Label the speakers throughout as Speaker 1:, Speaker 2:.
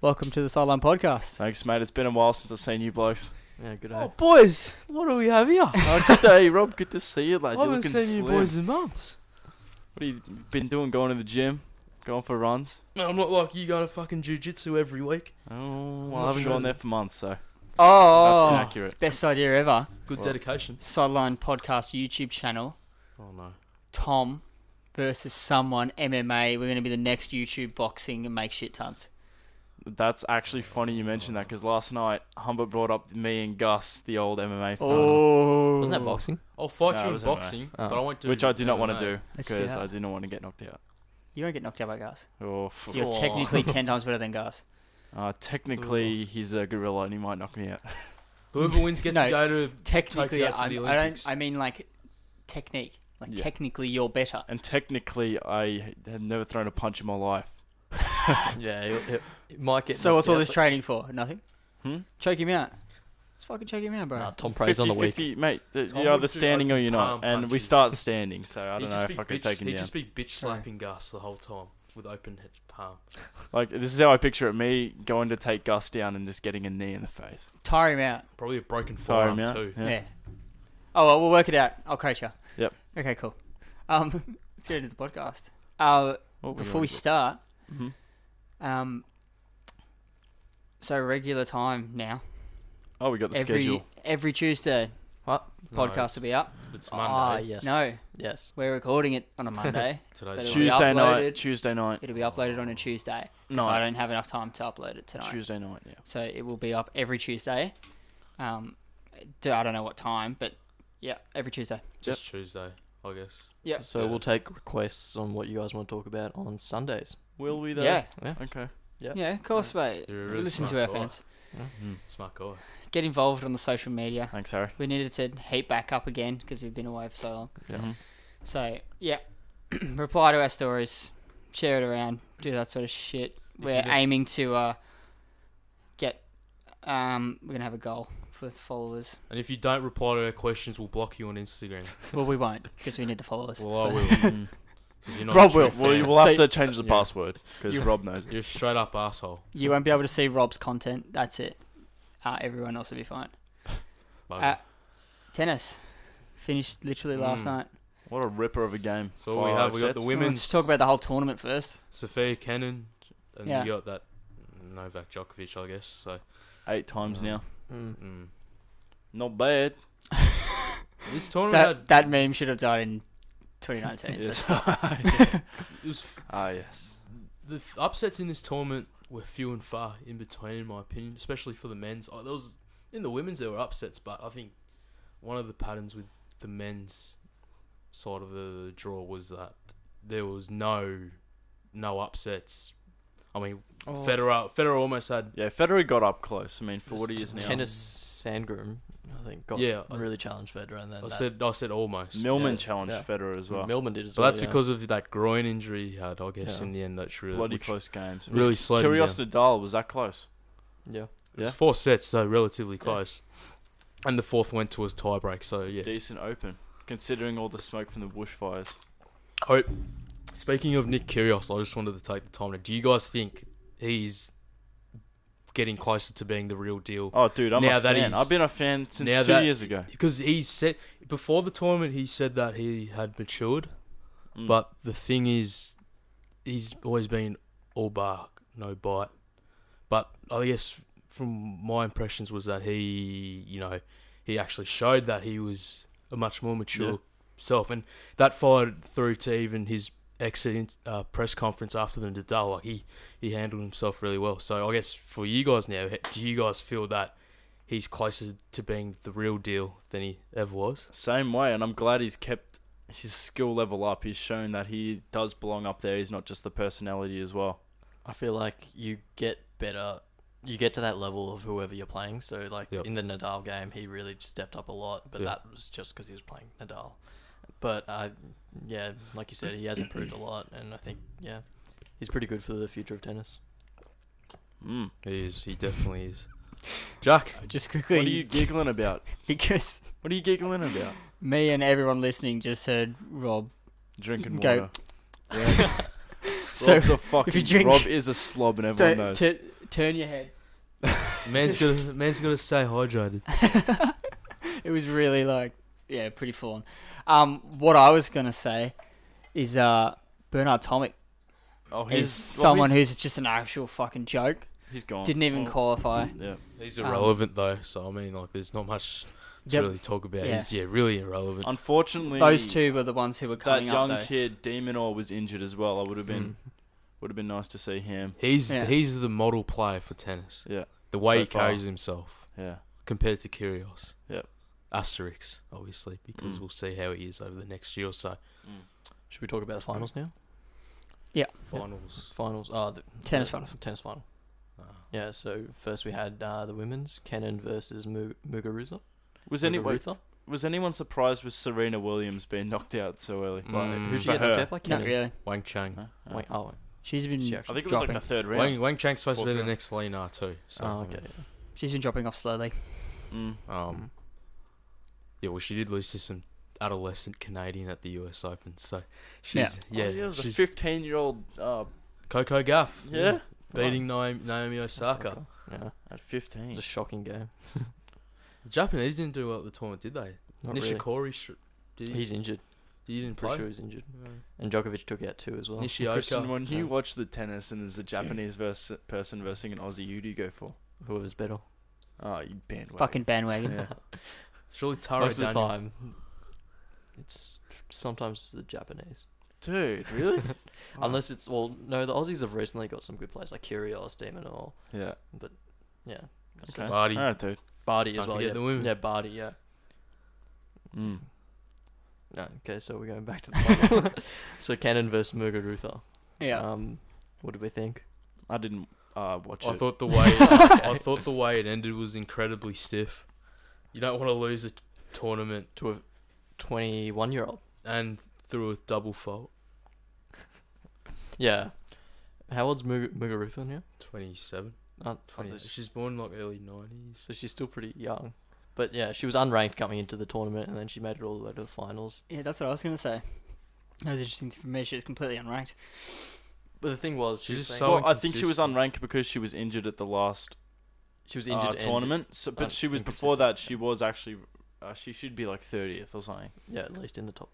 Speaker 1: Welcome to the Sideline Podcast.
Speaker 2: Thanks, mate. It's been a while since I've seen you blokes.
Speaker 3: Yeah, good
Speaker 1: Oh, boys, what do we have here? I
Speaker 2: Oh, good day, Rob. Good to see you, lad. You're
Speaker 1: haven't
Speaker 2: looking
Speaker 1: seen
Speaker 2: slim.
Speaker 1: you boys in months.
Speaker 2: What have you been doing? Going to the gym? Going for runs?
Speaker 3: No, I'm not like you going to fucking jujitsu every week.
Speaker 2: Oh,
Speaker 3: I'm
Speaker 2: well, I
Speaker 3: not
Speaker 2: haven't
Speaker 3: sure.
Speaker 2: gone there for months, so that's
Speaker 1: Oh,
Speaker 2: inaccurate.
Speaker 1: best idea ever.
Speaker 3: Good
Speaker 2: Well.
Speaker 3: dedication.
Speaker 1: Sideline Podcast YouTube channel.
Speaker 3: Oh no.
Speaker 1: Tom versus someone MMA. We're going to be the next YouTube boxing and make shit tons.
Speaker 2: That's actually funny you mentioned that because last night Humber brought up me and Gus, the old MMA fight,
Speaker 1: Oh,
Speaker 4: Wasn't that boxing?
Speaker 3: I'll fight
Speaker 2: No, it
Speaker 3: you in
Speaker 2: was MMA.
Speaker 3: boxing,
Speaker 4: Oh.
Speaker 3: but I won't do.
Speaker 2: which I did not want
Speaker 3: MMA.
Speaker 2: to do
Speaker 1: Let's do
Speaker 2: because
Speaker 1: that.
Speaker 2: I didn't want to get knocked out.
Speaker 1: You don't get knocked out by Gus.
Speaker 2: Oh, f-
Speaker 1: You're
Speaker 3: Aw.
Speaker 1: technically ten times better than Gus.
Speaker 2: uh, technically he's a gorilla and he might knock me out.
Speaker 3: Whoever wins gets
Speaker 1: No,
Speaker 3: to go to.
Speaker 1: Technically,
Speaker 3: out for
Speaker 1: I'm,
Speaker 3: the
Speaker 1: I don't.
Speaker 3: Olympics.
Speaker 1: I mean, like technique. Like
Speaker 2: Yeah.
Speaker 1: technically, you're better.
Speaker 2: And technically, I have never thrown a punch in my life.
Speaker 4: yeah, it, it, it might get.
Speaker 1: So what's all
Speaker 4: knocked
Speaker 1: this
Speaker 4: out,
Speaker 1: training for? Nothing.
Speaker 2: Hmm?
Speaker 1: Choke him out. Let's fucking choke him out,
Speaker 4: but-
Speaker 1: bro.
Speaker 4: Nah, Tom Prey's on the week.
Speaker 2: 50, mate. th-
Speaker 3: Tom
Speaker 2: You're
Speaker 3: would do
Speaker 2: either standing or
Speaker 3: open
Speaker 2: you're not,
Speaker 3: palm
Speaker 2: and we
Speaker 3: punches.
Speaker 2: start standing. So I
Speaker 3: He'd
Speaker 2: don't know
Speaker 3: just be
Speaker 2: if I could
Speaker 3: bitch-
Speaker 2: take him
Speaker 3: He'd
Speaker 2: down.
Speaker 3: just be bitch
Speaker 1: Sorry.
Speaker 3: slapping Gus the whole time with open head palm.
Speaker 2: Like this is how I picture it: me going to take Gus down and just getting a knee in the face.
Speaker 1: Tire him out.
Speaker 3: Probably a broken
Speaker 2: Tire him
Speaker 3: forearm
Speaker 2: out,
Speaker 3: too.
Speaker 2: yeah.
Speaker 1: Yeah. Oh well, we'll work it out. I'll coach you.
Speaker 2: Yep.
Speaker 1: Okay, cool. Um, let's get into the podcast. Uh,
Speaker 2: What were you
Speaker 1: before
Speaker 2: on
Speaker 1: we
Speaker 2: about?
Speaker 1: start,
Speaker 2: Mhm.
Speaker 1: um, so regular time now.
Speaker 2: oh, we got the
Speaker 1: every
Speaker 2: schedule.
Speaker 1: every Tuesday
Speaker 3: No,
Speaker 1: podcast will be up.
Speaker 3: It's
Speaker 4: Ah,
Speaker 3: Monday.
Speaker 4: yes.
Speaker 1: No,
Speaker 4: Yes.
Speaker 1: we're recording it on a Monday. But
Speaker 3: Today's
Speaker 1: it'll be
Speaker 3: Tuesday.
Speaker 2: Tuesday
Speaker 1: uploaded.
Speaker 2: night. Tuesday night.
Speaker 1: It'll be uploaded on a Tuesday. 'cause
Speaker 2: Night.
Speaker 1: I don't have enough time to upload it tonight.
Speaker 2: Tuesday night. Yeah.
Speaker 1: So it will be up every Tuesday. Um, d- I don't know what time, but yeah, every Tuesday.
Speaker 3: Just Tuesday, I guess.
Speaker 1: Yeah.
Speaker 4: So we'll take requests on what you guys want to talk about on Sundays.
Speaker 2: Will we though?
Speaker 1: Yeah,
Speaker 2: Okay.
Speaker 4: Yeah.
Speaker 1: yeah, of course, mate.
Speaker 3: You're a really
Speaker 1: Listen to our
Speaker 3: smart guy.
Speaker 1: fans.
Speaker 3: Smart guy.
Speaker 1: Get involved on the social media.
Speaker 2: Thanks, Harry.
Speaker 1: We needed to heat back up again because we've been away for so long.
Speaker 4: Yeah.
Speaker 2: Mhm.
Speaker 1: So yeah, reply to our stories, share it around, do that sort of shit.
Speaker 3: If
Speaker 1: We're
Speaker 3: you do-
Speaker 1: aiming to uh, get. Um, we're gonna have a goal for followers.
Speaker 3: And if you don't reply to our questions, we'll block you on Instagram.
Speaker 1: Well, we won't because we need the followers.
Speaker 3: Well, I will. 'cause you're not a
Speaker 2: Mm-hmm. Rob
Speaker 3: true
Speaker 2: will. Well, you
Speaker 3: fan.
Speaker 2: will
Speaker 4: So-
Speaker 2: have to change the
Speaker 3: Yeah.
Speaker 2: password because
Speaker 1: You-
Speaker 2: Rob knows it.
Speaker 3: You're a straight up asshole.
Speaker 1: You won't be able to see Rob's content. That's it. Uh, everyone else will be fine.
Speaker 3: bugger.
Speaker 1: Uh, tennis finished literally last
Speaker 3: Mm.
Speaker 1: night.
Speaker 2: What a ripper of a game.
Speaker 3: So what we have, we got the
Speaker 2: sets.
Speaker 1: Well,
Speaker 3: women's.
Speaker 1: Let's talk about the whole tournament first.
Speaker 3: Sophia Kennan, and
Speaker 1: Yeah.
Speaker 3: you got that Novak Djokovic, I guess. So
Speaker 2: eight times
Speaker 3: Mm.
Speaker 2: now.
Speaker 4: Mm.
Speaker 3: mm.
Speaker 2: Not bad.
Speaker 3: this tournament
Speaker 1: That that meme should have died in 2019.
Speaker 2: Yes.
Speaker 1: so-
Speaker 3: had, it was f-
Speaker 2: Ah, yes.
Speaker 3: the f- upsets in this tournament were few and far in between, in my opinion, especially for the men's. Oh, there was in the women's there were upsets, but I think one of the patterns with the men's side of the draw was that there was no no upsets. I mean,
Speaker 1: Oh.
Speaker 3: Federer Federer almost had
Speaker 2: Yeah, Federer got up close. I mean, for what he
Speaker 3: It's
Speaker 2: is now.
Speaker 4: Tennis Sandgrim, I think, got
Speaker 3: Yeah, I-
Speaker 4: really challenged Federer, and then
Speaker 3: I
Speaker 4: that-
Speaker 3: said I said almost
Speaker 2: Milman
Speaker 4: Yeah,
Speaker 2: challenged
Speaker 4: yeah.
Speaker 2: Federer as well.
Speaker 4: Millman did as
Speaker 3: So
Speaker 4: well.
Speaker 3: that's
Speaker 4: yeah.
Speaker 3: because of that groin injury he had, I guess,
Speaker 4: Yeah.
Speaker 3: in the end. That's really
Speaker 2: Bloody
Speaker 3: which-
Speaker 2: close games.
Speaker 3: really
Speaker 2: Was
Speaker 3: slowed him
Speaker 2: Kyrgios
Speaker 3: down.
Speaker 2: Nadal was that close.
Speaker 4: yeah,
Speaker 3: It was
Speaker 2: Yeah.
Speaker 3: four sets, so relatively close. And the fourth went to his tiebreak, so yeah.
Speaker 2: Decent open, considering all the smoke from the bushfires.
Speaker 3: Hope. Speaking of Nick Kyrgios, I just wanted to take the time to. Do you guys think he's getting closer to being the real deal?
Speaker 2: Oh, dude, I'm
Speaker 3: Now
Speaker 2: a
Speaker 3: that
Speaker 2: fan.
Speaker 3: he's-
Speaker 2: I've been a fan since
Speaker 3: now
Speaker 2: two
Speaker 3: that-
Speaker 2: years ago.
Speaker 3: Because he said before the tournament, he said that he had matured,
Speaker 2: Mm.
Speaker 3: but the thing is, he's always been all bark, no bite. But I guess from my impressions was that he, you know, he actually showed that he was a much more mature
Speaker 2: Yeah.
Speaker 3: self, and that followed through to even his exit uh, press conference after the Nadal. Like he, he handled himself really well. So I guess for you guys now, h- do you guys feel that he's closer to being the real deal than he ever was?
Speaker 2: same way, and I'm glad he's kept his skill level up. He's shown that he does belong up there. He's not just the personality as well.
Speaker 4: I feel like you get better. You get to that level of whoever you're playing. So, like
Speaker 3: Yep.
Speaker 4: in the Nadal game, he really stepped up a lot, but
Speaker 3: Yeah.
Speaker 4: that was just because he was playing Nadal. But I, yeah, like you said, he has improved a lot, and I think yeah, he's pretty good for the future of tennis.
Speaker 2: Mm.
Speaker 3: He is. He definitely is. Jack.
Speaker 1: Just
Speaker 2: What
Speaker 1: quickly,
Speaker 2: are you giggling about?
Speaker 1: because
Speaker 2: What are you giggling about?
Speaker 1: me and everyone listening just heard Rob.
Speaker 2: Drinking
Speaker 1: Go.
Speaker 2: water. Yeah.
Speaker 1: So
Speaker 2: Rob's a fucking,
Speaker 1: drink-
Speaker 2: Rob is a slob and everyone
Speaker 1: tu-
Speaker 2: knows.
Speaker 1: tu- turn your head.
Speaker 3: Man's gonna man's gonna stay hydrated.
Speaker 1: it was really like yeah, pretty full on. Um, what I was gonna say is uh, Bernard Tomic
Speaker 2: oh,
Speaker 1: is someone who's just an actual fucking joke.
Speaker 2: he's gone.
Speaker 1: Didn't even
Speaker 2: Oh,
Speaker 1: qualify.
Speaker 2: Yeah.
Speaker 3: He's
Speaker 1: Um,
Speaker 3: irrelevant though, so I mean, like, there's not much to
Speaker 1: Yep.
Speaker 3: really talk about.
Speaker 1: Yeah.
Speaker 3: He's yeah, really irrelevant.
Speaker 2: Unfortunately,
Speaker 1: Those two were the ones who were
Speaker 2: That
Speaker 1: coming
Speaker 2: young
Speaker 1: up. Though. Hmm.
Speaker 2: kid, Demonor, was injured as well. I would have been would have been nice to see him.
Speaker 3: Mm. He's
Speaker 1: Yeah.
Speaker 3: he's the model player for tennis.
Speaker 2: Yeah.
Speaker 3: The way
Speaker 2: So
Speaker 3: he
Speaker 2: far.
Speaker 3: carries himself
Speaker 2: Yeah.
Speaker 3: compared to Kyrgios.
Speaker 2: Yep.
Speaker 3: Asterix, obviously, because
Speaker 2: Mm.
Speaker 3: we'll see how he is over the next year or so.
Speaker 4: Should we talk about the finals now?
Speaker 3: Finals.
Speaker 4: Finals. Oh, the,
Speaker 1: Tennis
Speaker 4: the
Speaker 1: finals.
Speaker 4: Tennis final.
Speaker 3: Ah.
Speaker 4: Yeah. So first we had uh, the women's Cannon versus Mu- Muguruza.
Speaker 2: Was anyone
Speaker 4: Muguruza?
Speaker 2: was anyone surprised with Serena Williams being knocked out so early?
Speaker 3: Mm.
Speaker 4: Like, who'd you
Speaker 2: For
Speaker 4: get knocked
Speaker 2: her.
Speaker 4: out by?
Speaker 1: Not
Speaker 4: Cannon.
Speaker 1: really.
Speaker 3: Wang Chang.
Speaker 2: Huh? Uh,
Speaker 4: Wait, oh,
Speaker 1: She's been
Speaker 4: She
Speaker 2: I
Speaker 4: actually-
Speaker 2: think it was
Speaker 1: dropping.
Speaker 2: like the third round.
Speaker 3: Wang, Wang Chang's supposed to be
Speaker 2: Fourth
Speaker 3: the
Speaker 2: round.
Speaker 3: next Lena too. So,
Speaker 4: oh,
Speaker 3: I
Speaker 4: okay.
Speaker 3: mean,
Speaker 1: she's been dropping off slowly.
Speaker 2: Mm.
Speaker 3: Um, yeah, well, she did lose to some adolescent Canadian at the U.S. Open. So she's yeah,
Speaker 2: Yeah, oh, yeah, it was a
Speaker 3: she's
Speaker 2: fifteen-year-old. Uh,
Speaker 3: Coco Gaff.
Speaker 2: yeah,
Speaker 3: beating Naomi, Naomi Osaka.
Speaker 4: Yeah.
Speaker 2: at
Speaker 4: It
Speaker 2: fifteen.
Speaker 4: was a shocking game.
Speaker 3: The Japanese didn't do well at the tournament, did they?
Speaker 4: Not really.
Speaker 3: Nishikori sh- did he,
Speaker 4: He's injured.
Speaker 3: he didn't
Speaker 4: Pretty
Speaker 3: play.
Speaker 4: sure he's injured. And Djokovic took out two as well.
Speaker 2: Christian,
Speaker 3: Nishioka.
Speaker 2: when you watch the tennis and there's a Japanese vers- person versus an Aussie, who do you go for?
Speaker 4: Whoever's better.
Speaker 2: Oh, you bandwagon.
Speaker 1: Fucking bandwagon.
Speaker 2: Yeah.
Speaker 3: Surely Taro
Speaker 4: Most of the
Speaker 3: Daniel.
Speaker 4: time, it's sometimes the Japanese.
Speaker 2: Dude, really? Oh.
Speaker 4: Unless it's well, no, the Aussies have recently got some good players like Kyrgios, Demon, or
Speaker 2: Yeah.
Speaker 4: but yeah,
Speaker 2: Okay.
Speaker 3: Vardy.
Speaker 2: All right, dude.
Speaker 4: Barty as
Speaker 3: Don't
Speaker 4: well.
Speaker 3: forget
Speaker 4: Yeah,
Speaker 3: the women.
Speaker 4: yeah, Barty. Yeah.
Speaker 2: Mm.
Speaker 4: No, okay, so we're going back to the final. so Cannon versus Muguruza.
Speaker 1: Yeah.
Speaker 4: Um, what did we think?
Speaker 2: I didn't uh, watch
Speaker 3: I
Speaker 2: it.
Speaker 3: thought the way I thought the way it ended was incredibly stiff. You don't want to lose a tournament
Speaker 4: To a twenty-one-year-old.
Speaker 3: and through a double fault.
Speaker 4: Yeah. How old's Mug- Muguruza now?
Speaker 3: Twenty-seven.
Speaker 4: Uh,
Speaker 3: 20. She's born like early nineties.
Speaker 4: So she's still pretty young. But yeah, she was unranked coming into the tournament and then she made it all the way to the finals.
Speaker 1: Yeah, that's what I was gonna say. That was interesting for me. She was completely unranked.
Speaker 4: But the thing was, she
Speaker 3: She's
Speaker 4: was,
Speaker 3: just
Speaker 4: saying-
Speaker 3: so-
Speaker 2: well, I think she was
Speaker 3: inconsistent.
Speaker 2: unranked because she was injured at the last
Speaker 4: she was
Speaker 2: uh,
Speaker 4: injured. and-
Speaker 2: tournament. So, but
Speaker 4: un-
Speaker 2: she was before
Speaker 4: inconsistent,
Speaker 2: that. She was actually. Uh, she should be like thirtieth or something.
Speaker 4: yeah, at least in the top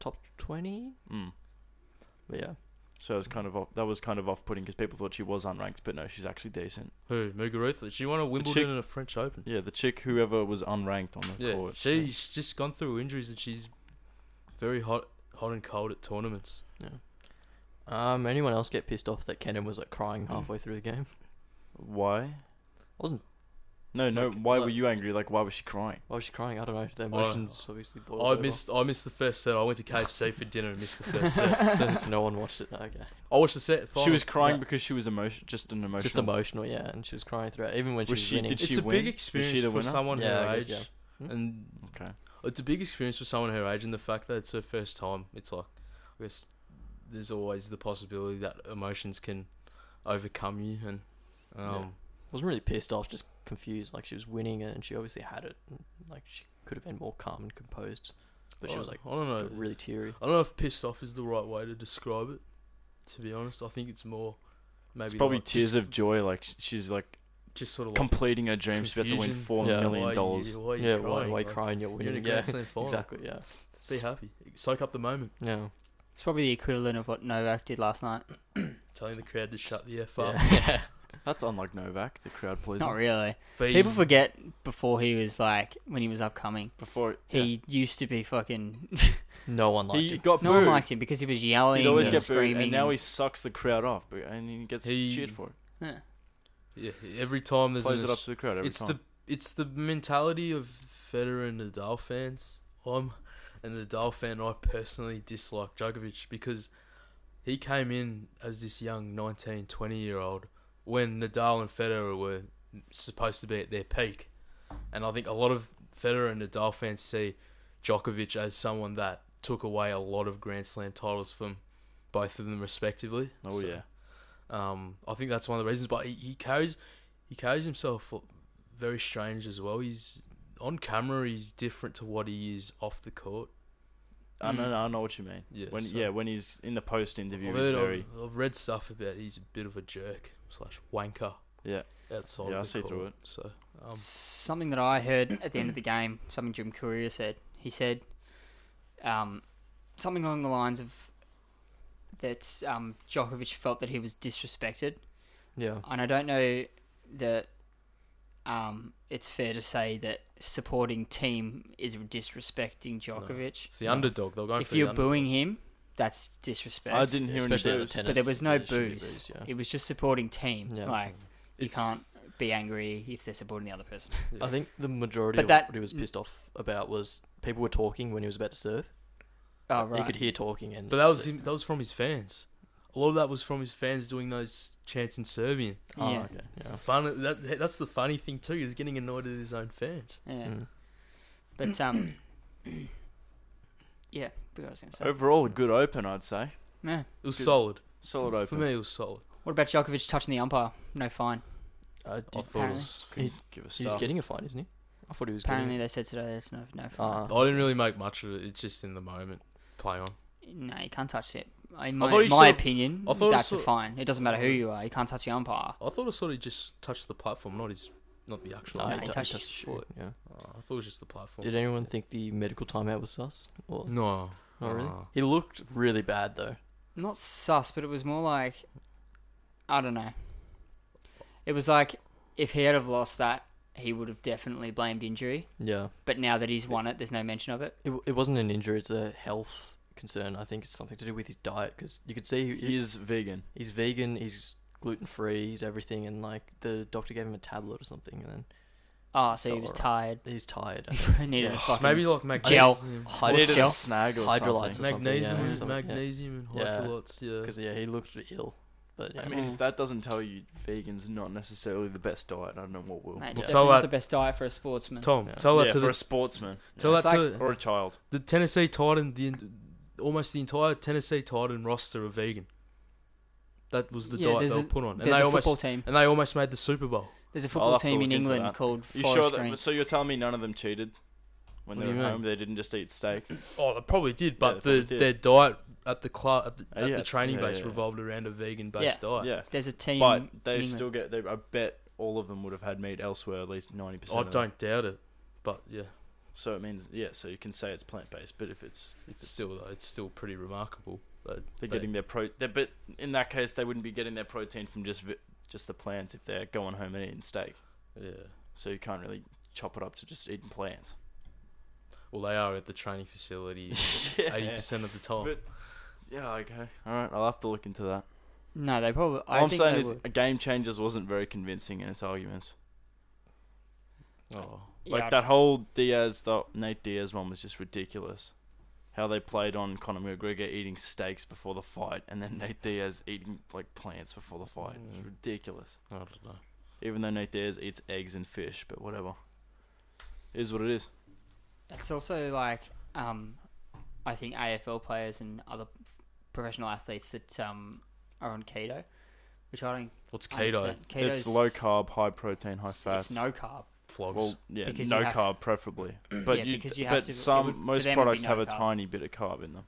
Speaker 4: top 20.
Speaker 2: Mm.
Speaker 4: But yeah,
Speaker 2: So it was kind of off, that was kind of off putting because people thought she was unranked, but no, she's actually decent.
Speaker 3: Who? Muguruza. She won a Wimbledon
Speaker 2: chick-
Speaker 3: and a French Open.
Speaker 2: Yeah, the chick whoever was unranked on the
Speaker 3: Yeah,
Speaker 2: court.
Speaker 3: she's just gone through injuries and she's very hot, hot and cold at tournaments.
Speaker 4: um, anyone else get pissed off that Kenan was like crying halfway through the game?
Speaker 2: Why?
Speaker 4: Wasn't
Speaker 2: No, no.
Speaker 4: Like,
Speaker 2: Why were
Speaker 4: like-
Speaker 2: you angry? Like, why was she crying?
Speaker 4: why was she crying? I don't know. The emotions obviously boiled.
Speaker 3: I
Speaker 4: over.
Speaker 3: missed, I missed the first set. I went to KFC for dinner and missed the first set.
Speaker 4: So no one watched it. Okay,
Speaker 3: I watched the set.
Speaker 2: She
Speaker 3: final.
Speaker 2: was crying
Speaker 4: Yeah.
Speaker 2: because she was emotion, just an emotional.
Speaker 4: just emotional. Yeah, and she was crying throughout, even when
Speaker 2: Was
Speaker 4: she
Speaker 2: she-
Speaker 4: was winning.
Speaker 2: did
Speaker 3: It's
Speaker 2: she
Speaker 3: a
Speaker 2: win?
Speaker 3: big
Speaker 2: Was
Speaker 3: experience
Speaker 2: she the
Speaker 3: for
Speaker 2: winner?
Speaker 3: someone
Speaker 4: Yeah,
Speaker 3: her
Speaker 4: I
Speaker 3: age,
Speaker 4: guess, Hmm?
Speaker 3: and
Speaker 2: Okay.
Speaker 3: it's a big experience for someone her age. And the fact that it's her first time, it's like, I guess, there's always the possibility that emotions can overcome you, and um,
Speaker 4: wasn't really pissed off, just confused. Like she was winning it, and she obviously had it. and, Like she could have been more calm and composed, but she was
Speaker 3: I-
Speaker 4: like
Speaker 3: I don't know,
Speaker 4: really teary.
Speaker 3: I don't know if pissed off is the right way to describe it. To be honest, I think it's more maybe
Speaker 2: it's probably
Speaker 3: like
Speaker 2: tears
Speaker 3: just,
Speaker 2: of joy. Like sh- she's like
Speaker 3: just sort of like
Speaker 2: completing her dream. She's about to win
Speaker 3: confusion.
Speaker 2: four million
Speaker 4: Yeah.
Speaker 2: dollars.
Speaker 3: Why are you
Speaker 4: yeah, why,
Speaker 3: crying?
Speaker 4: why
Speaker 3: Like,
Speaker 4: crying? You're
Speaker 3: You're in a
Speaker 4: winning.
Speaker 3: grand
Speaker 4: yeah,
Speaker 3: slam final.
Speaker 4: exactly. Yeah,
Speaker 3: Be happy. Soak up the moment.
Speaker 4: yeah.
Speaker 1: It's probably the equivalent of what Novak did last night.
Speaker 3: Telling the crowd to shut the f up.
Speaker 4: yeah.
Speaker 2: That's unlike Novak, the crowd pleaser.
Speaker 1: Not really.
Speaker 3: Be-
Speaker 1: People forget before he was like when he was upcoming.
Speaker 2: Before yeah.
Speaker 1: He used to be fucking.
Speaker 4: no one liked
Speaker 2: he
Speaker 4: it.
Speaker 2: got
Speaker 1: no one
Speaker 2: booed.
Speaker 1: liked him because he was yelling
Speaker 2: He'd always
Speaker 1: and
Speaker 2: get booed,
Speaker 1: screaming.
Speaker 2: and now
Speaker 1: and-
Speaker 2: he sucks the crowd off, but, and he gets
Speaker 3: He-
Speaker 2: cheered for it.
Speaker 1: Yeah.
Speaker 3: Yeah, every time there's
Speaker 2: Plays
Speaker 3: an
Speaker 2: it up
Speaker 3: Aus-
Speaker 2: to the crowd every
Speaker 3: it's
Speaker 2: time.
Speaker 3: the it's the mentality of Federer and Nadal fans. I'm an Nadal fan. I personally dislike Djokovic because he came in as this young 19, 20 year old when Nadal and Federer were supposed to be at their peak, and I think a lot of Federer and Nadal fans see Djokovic as someone that took away a lot of Grand Slam titles from both of them respectively.
Speaker 2: Oh
Speaker 3: So,
Speaker 2: yeah.
Speaker 3: Um, I think that's one of the reasons. But he, he carries he carries himself very strange as well. He's on camera. He's different to what he is off the court.
Speaker 2: I
Speaker 1: Mm.
Speaker 2: know. I know what you mean.
Speaker 3: Yeah.
Speaker 2: When
Speaker 3: so-
Speaker 2: yeah, when he's in the post interview,
Speaker 3: I've,
Speaker 2: he's
Speaker 3: heard- I've-
Speaker 2: very
Speaker 3: I've read stuff about he's a bit of a jerk slash wanker.
Speaker 2: Yeah.
Speaker 3: Outside.
Speaker 2: Yeah, I
Speaker 3: of the
Speaker 2: see
Speaker 3: court.
Speaker 2: through it.
Speaker 3: So. Um,
Speaker 1: Something that I heard at the end of the game, something Jim Courier said. He said um, something along the lines of that um, Djokovic felt that he was disrespected,
Speaker 4: Yeah.
Speaker 1: and I don't know that um, it's fair to say that supporting team is disrespecting Djokovic.
Speaker 3: it's the underdog. They're going
Speaker 1: If
Speaker 3: for the
Speaker 1: you're
Speaker 3: underdog.
Speaker 1: booing him, that's disrespect.
Speaker 2: I didn't hear
Speaker 4: Especially out
Speaker 2: any
Speaker 4: of
Speaker 2: boos.
Speaker 4: tennis.
Speaker 1: but there was no
Speaker 4: there should be
Speaker 1: booze.
Speaker 4: boos, yeah.
Speaker 1: It was just supporting team.
Speaker 4: Yeah.
Speaker 1: Like you
Speaker 3: It's-
Speaker 1: can't be angry if they're supporting the other person.
Speaker 4: I think the majority
Speaker 1: But
Speaker 4: of
Speaker 1: that-
Speaker 4: what he was pissed off about was people were talking when he was about to serve.
Speaker 1: Oh right.
Speaker 4: He could hear talking, and
Speaker 3: But that was
Speaker 4: so-
Speaker 3: him, that was from his fans. A lot of that was from his fans doing those chants in Serbian.
Speaker 4: Oh,
Speaker 1: yeah.
Speaker 4: okay, yeah.
Speaker 3: Fun. That that's the funny thing too. He's getting annoyed at his own fans.
Speaker 1: Yeah.
Speaker 4: Mm.
Speaker 1: But um, yeah, I forgot what I was gonna say.
Speaker 2: Overall, a good open, I'd say.
Speaker 1: Yeah.
Speaker 3: It was
Speaker 2: Good.
Speaker 3: solid
Speaker 2: Solid
Speaker 3: for
Speaker 2: open.
Speaker 3: me. It was solid.
Speaker 1: What about Djokovic touching the umpire? No fine.
Speaker 4: Uh,
Speaker 3: I
Speaker 4: did-
Speaker 3: thought it was.
Speaker 4: he,
Speaker 2: Give a
Speaker 4: he's
Speaker 2: star.
Speaker 4: getting a fine, isn't he? I thought he was
Speaker 1: Apparently they said today there's no no
Speaker 4: Getting,
Speaker 1: fine.
Speaker 4: uh,
Speaker 3: I didn't really make much of it. It's just in the moment. Play on.
Speaker 1: no, you can't touch it. In
Speaker 3: thought
Speaker 1: my, my
Speaker 3: he saw-
Speaker 1: opinion,
Speaker 3: I thought he
Speaker 1: that's a
Speaker 3: saw-
Speaker 1: fine. It doesn't matter who you are. You can't touch the umpire.
Speaker 3: I thought I sort of just touched the platform, not his, not the actual.
Speaker 4: no,
Speaker 1: he
Speaker 4: he
Speaker 3: hand.
Speaker 4: t- he
Speaker 1: touched
Speaker 4: touched
Speaker 1: his
Speaker 4: his shoe.
Speaker 3: foot.
Speaker 4: Yeah.
Speaker 3: Oh, I thought it was just the platform.
Speaker 4: Did anyone think the medical timeout was sus? Or
Speaker 3: No. Oh.
Speaker 4: not Oh, really?
Speaker 3: no.
Speaker 4: He looked really bad though.
Speaker 1: Not sus, but it was more like I don't know. It was like if he had have lost that, he would have definitely blamed injury.
Speaker 4: Yeah.
Speaker 1: But now that he's won it, there's no mention of it.
Speaker 4: It, w- it wasn't an injury. It's a health concern. I think it's something to do with his diet because you could see he-
Speaker 2: He is vegan.
Speaker 4: he's vegan, he's gluten free, he's everything, and like the doctor gave him a tablet or something, and then
Speaker 1: Oh, so he
Speaker 4: Felt
Speaker 1: was
Speaker 4: alright.
Speaker 1: tired.
Speaker 4: he's tired.
Speaker 1: needed a
Speaker 3: Oh,
Speaker 1: fucking
Speaker 3: maybe like magnesium.
Speaker 1: gel.
Speaker 2: I
Speaker 1: Sports
Speaker 2: needed
Speaker 1: gel?
Speaker 2: a snag or
Speaker 4: Hydrolytes
Speaker 2: something.
Speaker 4: or something,
Speaker 3: Magnesium,
Speaker 4: yeah,
Speaker 3: and
Speaker 4: something, yeah.
Speaker 3: magnesium, and
Speaker 4: Yeah.
Speaker 3: hydrolytes. Yeah.
Speaker 4: Because yeah, he looked ill. But yeah.
Speaker 2: I mean, if that doesn't tell you vegan's not necessarily the best diet, I don't know what will.
Speaker 1: Mate, it's
Speaker 4: Well,
Speaker 1: definitely
Speaker 3: tell
Speaker 1: not
Speaker 3: that-
Speaker 1: the best diet for a sportsman.
Speaker 3: Tom,
Speaker 4: Yeah.
Speaker 3: tell that
Speaker 2: yeah,
Speaker 3: to
Speaker 2: for
Speaker 3: the
Speaker 2: a sportsman.
Speaker 3: Tell
Speaker 1: Yeah.
Speaker 3: that
Speaker 1: It's
Speaker 3: to
Speaker 2: Or a child.
Speaker 3: the Tennessee Titan. The en- almost the entire Tennessee Titan roster are vegan. That was the
Speaker 1: Yeah,
Speaker 3: diet
Speaker 1: there's
Speaker 3: they were
Speaker 1: a-
Speaker 3: put on, and
Speaker 1: There's
Speaker 3: they
Speaker 1: a
Speaker 3: almost
Speaker 1: football team.
Speaker 3: and they almost made the Super Bowl.
Speaker 1: There's a
Speaker 2: I'll
Speaker 1: football
Speaker 2: have to
Speaker 1: team in
Speaker 2: look into
Speaker 1: England
Speaker 2: that.
Speaker 1: called
Speaker 2: You
Speaker 1: Forest
Speaker 2: sure
Speaker 1: Green.
Speaker 2: that, so you're telling me none of them cheated when
Speaker 3: What
Speaker 2: they were
Speaker 3: do you
Speaker 2: at
Speaker 3: mean?
Speaker 2: home? They didn't just eat steak.
Speaker 3: Oh, they probably did,
Speaker 2: they
Speaker 3: but the,
Speaker 2: probably did.
Speaker 3: their diet at the club at the,
Speaker 2: Uh,
Speaker 3: at
Speaker 2: yeah,
Speaker 3: the training
Speaker 2: yeah,
Speaker 3: base
Speaker 2: yeah.
Speaker 3: revolved around a vegan-based
Speaker 1: Yeah.
Speaker 3: diet.
Speaker 2: Yeah,
Speaker 1: There's a team.
Speaker 2: but they
Speaker 1: in England.
Speaker 2: still get. They, I bet all of them would have had meat elsewhere. At least ninety percent.
Speaker 3: I don't doubt it, but yeah,
Speaker 2: So it means yeah. So you can say it's plant based, but if it's
Speaker 3: it's still it's still pretty remarkable. that
Speaker 2: they're
Speaker 3: they-
Speaker 2: getting their pro, they're, but in that case they wouldn't be getting their protein from just vi- just the plants if they're going home and eating steak.
Speaker 3: yeah.
Speaker 2: So you can't really chop it up to just eating plants.
Speaker 3: Well, they are at the training facility
Speaker 2: yeah.
Speaker 3: eighty percent of the time.
Speaker 2: But- Yeah. Okay. All right. I'll have to look into that.
Speaker 1: No, they probably.
Speaker 2: All
Speaker 1: I
Speaker 2: I'm
Speaker 1: think
Speaker 2: saying
Speaker 1: they
Speaker 2: is,
Speaker 1: would.
Speaker 2: a game changers wasn't very convincing in its arguments.
Speaker 3: oh,
Speaker 1: Yeah,
Speaker 2: Like
Speaker 1: I-
Speaker 2: that whole Diaz, the Nate Diaz one was just ridiculous. How they played on Conor McGregor eating steaks before the fight, and then Nate Diaz eating like plants before the fight. It
Speaker 3: Mm.
Speaker 2: was ridiculous.
Speaker 3: I don't know.
Speaker 2: Even though Nate Diaz eats eggs and fish, but whatever. It is what it is.
Speaker 1: It's also like um, I think AFL players and other professional athletes that um, are on keto, which I don't
Speaker 3: What's keto?
Speaker 1: understand. Keto's,
Speaker 2: it's low carb, high protein, high
Speaker 1: it's-
Speaker 2: fat.
Speaker 1: It's no carb.
Speaker 3: Flogs.
Speaker 2: well, yeah,
Speaker 1: because
Speaker 2: no
Speaker 1: you have-
Speaker 2: carb preferably, but
Speaker 1: Yeah,
Speaker 2: you,
Speaker 1: because you
Speaker 2: but
Speaker 1: have to- it
Speaker 2: some
Speaker 1: would- for
Speaker 2: most
Speaker 1: them it would be
Speaker 2: products
Speaker 1: no
Speaker 2: have a
Speaker 1: carb.
Speaker 2: tiny bit of carb in them.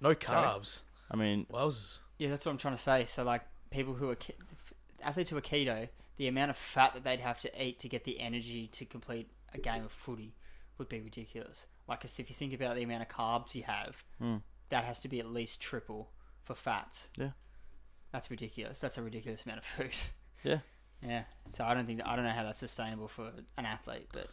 Speaker 3: no
Speaker 1: Sorry?
Speaker 3: carbs.
Speaker 2: I mean,
Speaker 3: Wowzers.
Speaker 1: Yeah, that's what I'm trying to say. So like people who are ke- athletes who are keto, the amount of fat that they'd have to eat to get the energy to complete a game of footy would be ridiculous. Like 'cause if you think about the amount of carbs you have,
Speaker 2: Mm.
Speaker 1: that has to be at least triple for fats.
Speaker 2: Yeah.
Speaker 1: That's ridiculous. That's a ridiculous amount of food.
Speaker 2: Yeah.
Speaker 1: Yeah. So I don't think I don't know how that's sustainable for an athlete, but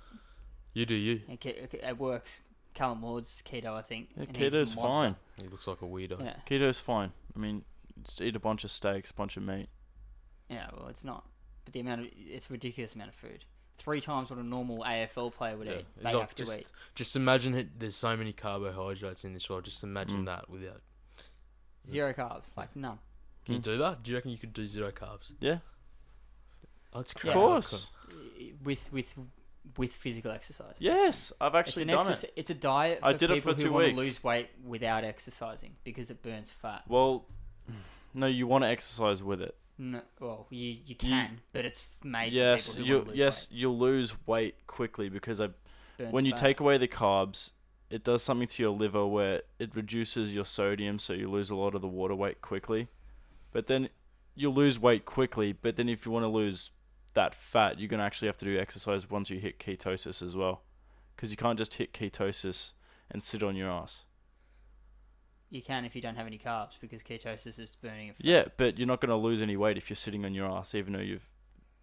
Speaker 3: You do you.
Speaker 1: it, ke- it works. Callum Ward's keto, I think.
Speaker 2: yeah,
Speaker 1: and he's a
Speaker 2: keto's fine.
Speaker 1: monster.
Speaker 3: He looks like a weirdo.
Speaker 1: Yeah.
Speaker 2: Keto's fine. I mean, just eat a bunch of steaks, bunch of meat.
Speaker 1: Yeah, well, it's not. But the amount of it's a ridiculous amount of food. Three times what a normal AFL player would
Speaker 3: Yeah,
Speaker 1: eat.
Speaker 3: it's
Speaker 1: They
Speaker 3: like
Speaker 1: have to
Speaker 3: just,
Speaker 1: eat.
Speaker 3: Just imagine it. There's so many carbohydrates in this world. Just imagine
Speaker 2: Mm.
Speaker 3: that without.
Speaker 1: Zero carbs, like none.
Speaker 3: Can you
Speaker 2: Mm.
Speaker 3: do that? Do you reckon you could do zero carbs?
Speaker 2: Yeah,
Speaker 3: Oh, it's
Speaker 1: Yeah.
Speaker 2: of
Speaker 1: Of
Speaker 2: course.
Speaker 1: With with with physical exercise.
Speaker 2: Yes, I've actually
Speaker 1: it's
Speaker 2: done
Speaker 1: an exercise.
Speaker 2: it.
Speaker 1: It's a diet for
Speaker 2: I did it
Speaker 1: people
Speaker 2: for
Speaker 1: who
Speaker 2: two
Speaker 1: want to
Speaker 2: weeks.
Speaker 1: lose weight without exercising because it burns fat.
Speaker 2: Well, no, you want to exercise with it.
Speaker 1: No, well, you you can, but it's made for
Speaker 2: yes,
Speaker 1: people who
Speaker 2: you
Speaker 1: want to lose
Speaker 2: yes you'll lose weight quickly because I,
Speaker 1: weight. Burns
Speaker 2: when you
Speaker 1: fat.
Speaker 2: take away the carbs, it does something to your liver where it reduces your sodium, so you lose a lot of the water weight quickly. But then you'll lose weight quickly. But then if you want to lose that fat, you're gonna actually have to do exercise once you hit ketosis as well, because you can't just hit ketosis and sit on your ass.
Speaker 1: you can if you don't have any carbs because ketosis is burning. Of fat.
Speaker 2: Yeah, but you're not going to lose any weight if you're sitting on your ass, even though you've,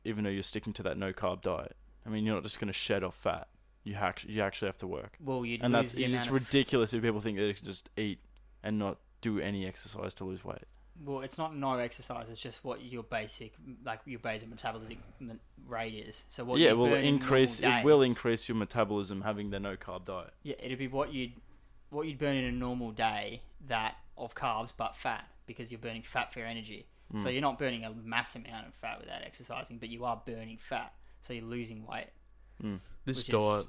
Speaker 2: even though you're sticking to that no carb diet. I mean, you're not just going to shed off fat. You hack, you actually have to work,
Speaker 1: Well, you
Speaker 2: and
Speaker 1: lose
Speaker 2: that's
Speaker 1: the
Speaker 2: it's
Speaker 1: amount of
Speaker 2: ridiculous if people think that they can just eat and not do any exercise to lose weight.
Speaker 1: Well, it's not no exercise. It's just what your basic, like your basal metabolism rate is. So what?
Speaker 2: yeah,
Speaker 1: you
Speaker 2: it will
Speaker 1: burn in a normal
Speaker 2: increase.
Speaker 1: day-
Speaker 2: It will increase your metabolism having the no carb diet.
Speaker 1: Yeah, it'd be what you'd what you'd burn in a normal day that of carbs but fat because you're burning fat for your energy. So
Speaker 2: Mm.
Speaker 1: you're not burning a mass amount of fat without exercising, but you are burning fat, so you're losing weight. Which
Speaker 3: This
Speaker 1: is-
Speaker 3: diet,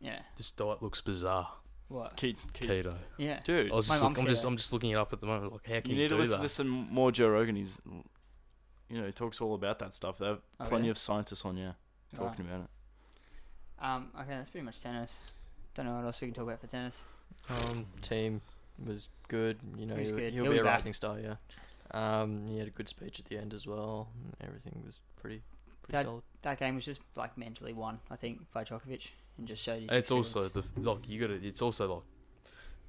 Speaker 1: Yeah.
Speaker 3: this diet looks bizarre.
Speaker 1: What?
Speaker 2: Keep, keep,
Speaker 3: Keto.
Speaker 1: Yeah.
Speaker 2: dude.
Speaker 3: I was
Speaker 1: My
Speaker 3: just
Speaker 1: mum's
Speaker 3: look, I'm just
Speaker 1: keto.
Speaker 3: I'm just looking it up at the moment. Like, how can
Speaker 2: You
Speaker 3: you,
Speaker 2: need to
Speaker 3: do
Speaker 2: listen
Speaker 3: that?
Speaker 2: to some more Joe Rogan. He's, you know, he talks all about that stuff. They have
Speaker 1: Oh,
Speaker 2: plenty
Speaker 1: really?
Speaker 2: of scientists on, yeah, talking about it.
Speaker 1: Um. Okay, that's pretty much tennis. Don't know what else we can talk about for tennis.
Speaker 4: Um, team was good. You know,
Speaker 1: He was
Speaker 4: he
Speaker 1: good.
Speaker 4: will
Speaker 1: He'll
Speaker 4: be
Speaker 1: be
Speaker 4: a
Speaker 1: back.
Speaker 4: rising star. Yeah. Um, he had a good speech at the end as well. and Everything was pretty, pretty
Speaker 1: That-
Speaker 4: solid.
Speaker 1: That game was just like mentally won, I think, by Djokovic, and just showed his.
Speaker 3: And it's also
Speaker 1: experience.
Speaker 3: the like you got to. It's also like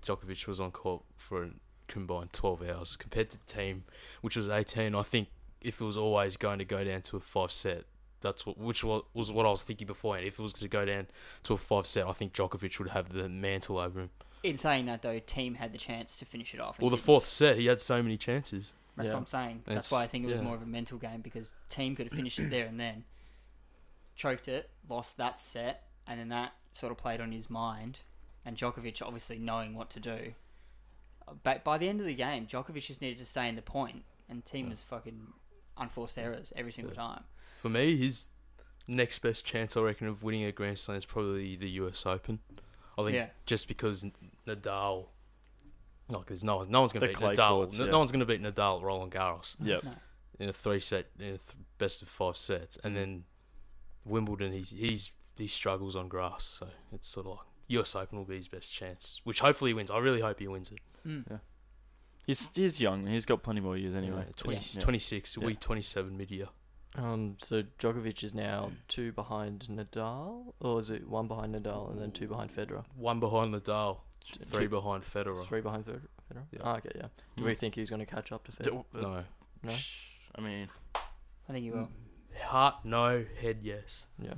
Speaker 3: Djokovic was on court for a combined twelve hours compared to team, which was eighteen. I think if it was always going to go down to a five set, that's what which was, was what I was thinking before. And if it was to go down to a five set, I think Djokovic would have the mantle over him.
Speaker 1: In saying that, though, team had the chance to finish it off. and
Speaker 3: Well, the
Speaker 1: didn't.
Speaker 3: fourth set, he had so many chances.
Speaker 1: That's
Speaker 4: Yeah.
Speaker 1: what I'm saying. That's
Speaker 3: It's-
Speaker 1: why I think it was
Speaker 3: yeah.
Speaker 1: more of a mental game because team could have finished it there and then, choked it, lost that set, and then that sort of played on his mind, and Djokovic obviously knowing what to do. But by the end of the game, Djokovic just needed to stay in the point, and team was fucking unforced errors every single time.
Speaker 3: For me, his next best chance, I reckon, of winning a Grand Slam is probably the U.S. Open. I think
Speaker 1: Yeah.
Speaker 3: just because N- Nadal, like, there's no one, no one's gonna
Speaker 2: The
Speaker 3: beat
Speaker 2: clay
Speaker 3: Nadal.
Speaker 2: courts,
Speaker 3: no,
Speaker 2: yeah.
Speaker 3: no one's gonna beat Nadal, at Roland Garros
Speaker 2: Yep.
Speaker 3: in a three set, in a th- best of five sets, and then Wimbledon, he's he's he struggles on grass, so it's sort of like U.S. Open will be his best chance, which hopefully he wins. I really hope he wins it.
Speaker 1: Mm.
Speaker 2: He's he's young. He's got plenty more years anyway.
Speaker 3: Yeah,
Speaker 2: It's-
Speaker 3: 20,
Speaker 2: yeah.
Speaker 3: 26, he'll be
Speaker 2: Yeah.
Speaker 3: 27 mid-year.
Speaker 4: Um, so Djokovic is now two behind Nadal, or is it one behind Nadal and then two behind Federer?
Speaker 3: One behind Nadal,
Speaker 4: T-
Speaker 3: three
Speaker 4: two-
Speaker 3: behind Federer.
Speaker 4: three behind Federer. Federer?
Speaker 3: Yeah.
Speaker 4: Ah, okay, yeah. Do
Speaker 2: Hmm.
Speaker 4: we think he's going to catch up to Federer?
Speaker 2: D-
Speaker 3: No.
Speaker 4: No.
Speaker 2: I mean,
Speaker 1: I think he
Speaker 3: Mm.
Speaker 1: will.
Speaker 3: Heart, no. Head, yes.
Speaker 4: Yeah.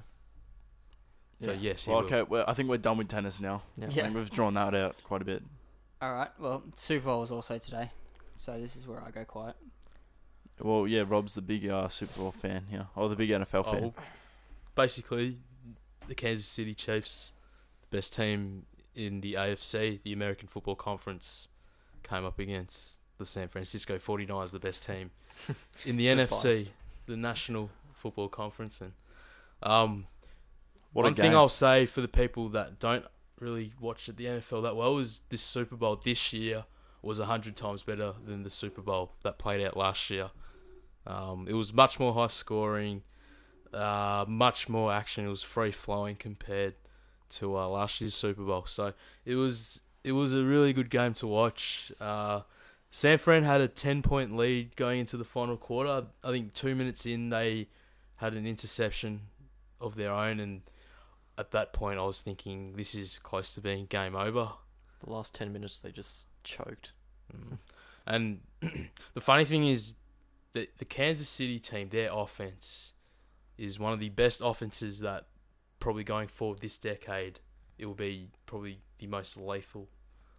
Speaker 3: So
Speaker 2: Yeah.
Speaker 3: yes, he
Speaker 2: well,
Speaker 3: will.
Speaker 2: okay. Well, I think we're done with tennis now.
Speaker 4: Yeah.
Speaker 1: Yeah.
Speaker 2: I think we've drawn that out quite a bit.
Speaker 1: All right. Well, Super Bowl was also today, so this is where I go quiet.
Speaker 2: Well, yeah, Rob's the big uh, Super Bowl fan here, or the big NFL
Speaker 3: Oh,
Speaker 2: fan.
Speaker 3: well, basically, the Kansas City Chiefs, the best team in the AFC, the American Football Conference, came up against the San Francisco 49ers, the best team in the
Speaker 4: So
Speaker 3: NFC,
Speaker 4: biased.
Speaker 3: the National Football Conference. And um,
Speaker 2: What
Speaker 3: One
Speaker 2: a game!
Speaker 3: thing I'll say for the people that don't really watch the NFL that well is this Super Bowl this year was 100 times better than the Super Bowl that played out last year. Um, it was much more high scoring, uh, much more action. It was free flowing compared to uh, last year's Super Bowl. So it was it was a really good game to watch. Uh, San Fran had a 10 point lead going into the final quarter. I think two minutes in, they had an interception of their own. And at that point, I was thinking, this is close to being game over.
Speaker 4: The last 10 minutes, they just choked.
Speaker 3: And the funny thing is that the Kansas City team, their offense is one of the best offenses that probably going forward this decade, it will be probably the most lethal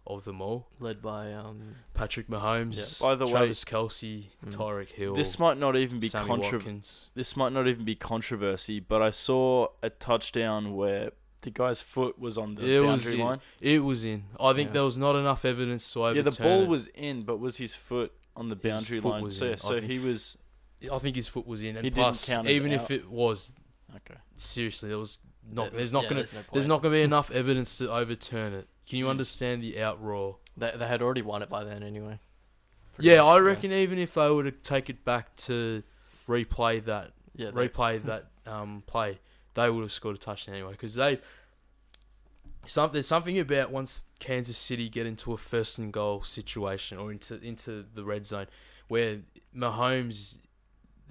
Speaker 3: of them all.
Speaker 4: Led by, um,
Speaker 3: Patrick Mahomes,
Speaker 2: Yeah. By the way-
Speaker 3: Travis Kelsey,
Speaker 4: Mm.
Speaker 3: Tyreek Hill,
Speaker 2: this might not even be
Speaker 3: Sammy
Speaker 2: controversial.
Speaker 3: Watkins.
Speaker 2: This might not even be controversy, but I saw a touchdown where the guy's foot was on the
Speaker 3: It was
Speaker 2: boundary
Speaker 3: in-
Speaker 2: line.
Speaker 3: It was in. I think
Speaker 4: Yeah.
Speaker 3: there was not enough evidence to overturn.
Speaker 2: Yeah, the ball
Speaker 3: it.
Speaker 2: was in, but was his foot on the
Speaker 3: His
Speaker 2: boundary
Speaker 3: foot
Speaker 2: line?
Speaker 3: was
Speaker 2: So
Speaker 3: in,
Speaker 2: yeah,
Speaker 3: I
Speaker 2: so
Speaker 3: think.
Speaker 2: he was.
Speaker 3: I think his foot was in, and
Speaker 2: He didn't
Speaker 3: plus,
Speaker 2: count as
Speaker 3: even if
Speaker 2: out.
Speaker 3: it was
Speaker 2: Okay.
Speaker 3: seriously, there was not
Speaker 4: There-
Speaker 3: there's not
Speaker 4: yeah,
Speaker 3: gonna
Speaker 4: there's, no
Speaker 3: there's
Speaker 4: point.
Speaker 3: not gonna be enough evidence to overturn it. Can you
Speaker 4: Mm.
Speaker 3: understand the outroar?
Speaker 4: They, they had already won it by then anyway. Pretty
Speaker 3: Yeah,
Speaker 4: much,
Speaker 3: I reckon even if they were to take it back to replay that
Speaker 4: Yeah, they-
Speaker 3: replay that um, play, they would have scored a touchdown anyway because they. Some, there's something about once Kansas City get into a first and goal situation or into into the red zone where Mahomes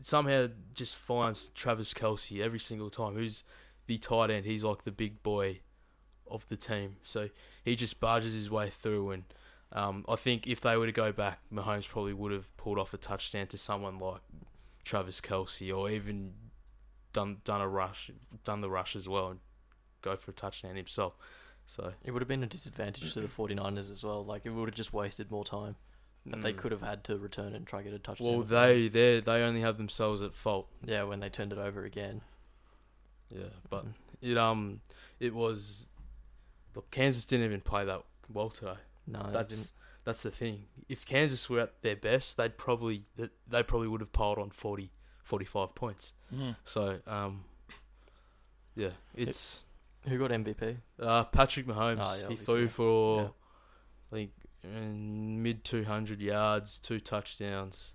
Speaker 3: somehow just finds Travis Kelsey every single time, who's the tight end. He's like the big boy of the team, so he just barges his way through. And um, I think if they were to go back, Mahomes probably would have pulled off a touchdown to someone like Travis Kelsey or even done done a rush, done the rush as well, and go for a touchdown himself. So
Speaker 4: It would have been a disadvantage to the 49ers as well. Like, it would have just wasted more time that they
Speaker 3: mm.
Speaker 4: could have had to return and try to get a touchdown.
Speaker 3: Well,
Speaker 4: with
Speaker 3: they they they only have themselves at fault.
Speaker 4: it. Yeah, when they turned it over again.
Speaker 3: Yeah, but
Speaker 4: Mm.
Speaker 3: it um it was look Kansas didn't even play that well today.
Speaker 4: No, they didn't.
Speaker 3: That's that's the thing. If Kansas were at their best, they'd probably th- they probably would have piled on 40, 45 points.
Speaker 2: hmm.
Speaker 3: So um yeah, it's
Speaker 4: Who got MVP?
Speaker 3: uh, Patrick Mahomes.
Speaker 4: Ah, yeah,
Speaker 3: he threw
Speaker 4: obviously.
Speaker 3: for
Speaker 4: Yeah.
Speaker 3: I think in mid two hundred yards, two touchdowns.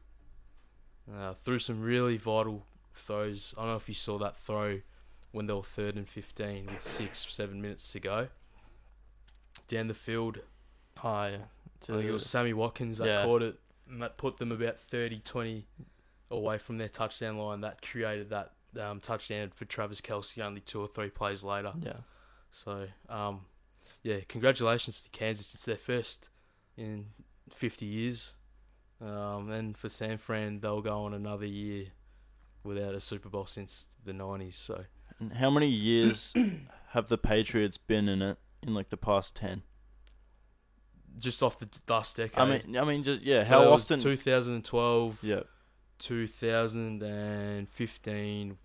Speaker 3: Uh, threw some really vital throws. I don't know if you saw that throw when they were third and fifteen with six seven minutes to go. Down the field,
Speaker 4: Oh, yeah.
Speaker 3: I think it
Speaker 4: To-
Speaker 3: was Sammy Watkins that
Speaker 4: Yeah.
Speaker 3: caught it, and that put them about 30, 20 away from their touchdown line. That created that um, touchdown for Travis Kelsey only two or three plays later.
Speaker 4: Yeah.
Speaker 3: So, um, yeah, congratulations to Kansas. It's their first in 50 years. Um, and for San Fran, they'll go on another year without a Super Bowl since the 90s. So,
Speaker 2: And How many years have the Patriots been in it in like the past ten?
Speaker 3: just off the t- last decade.
Speaker 2: I mean, I mean, just yeah.
Speaker 3: So
Speaker 2: how
Speaker 3: that was
Speaker 2: often?
Speaker 3: 2012,
Speaker 2: yeah,
Speaker 3: 2015.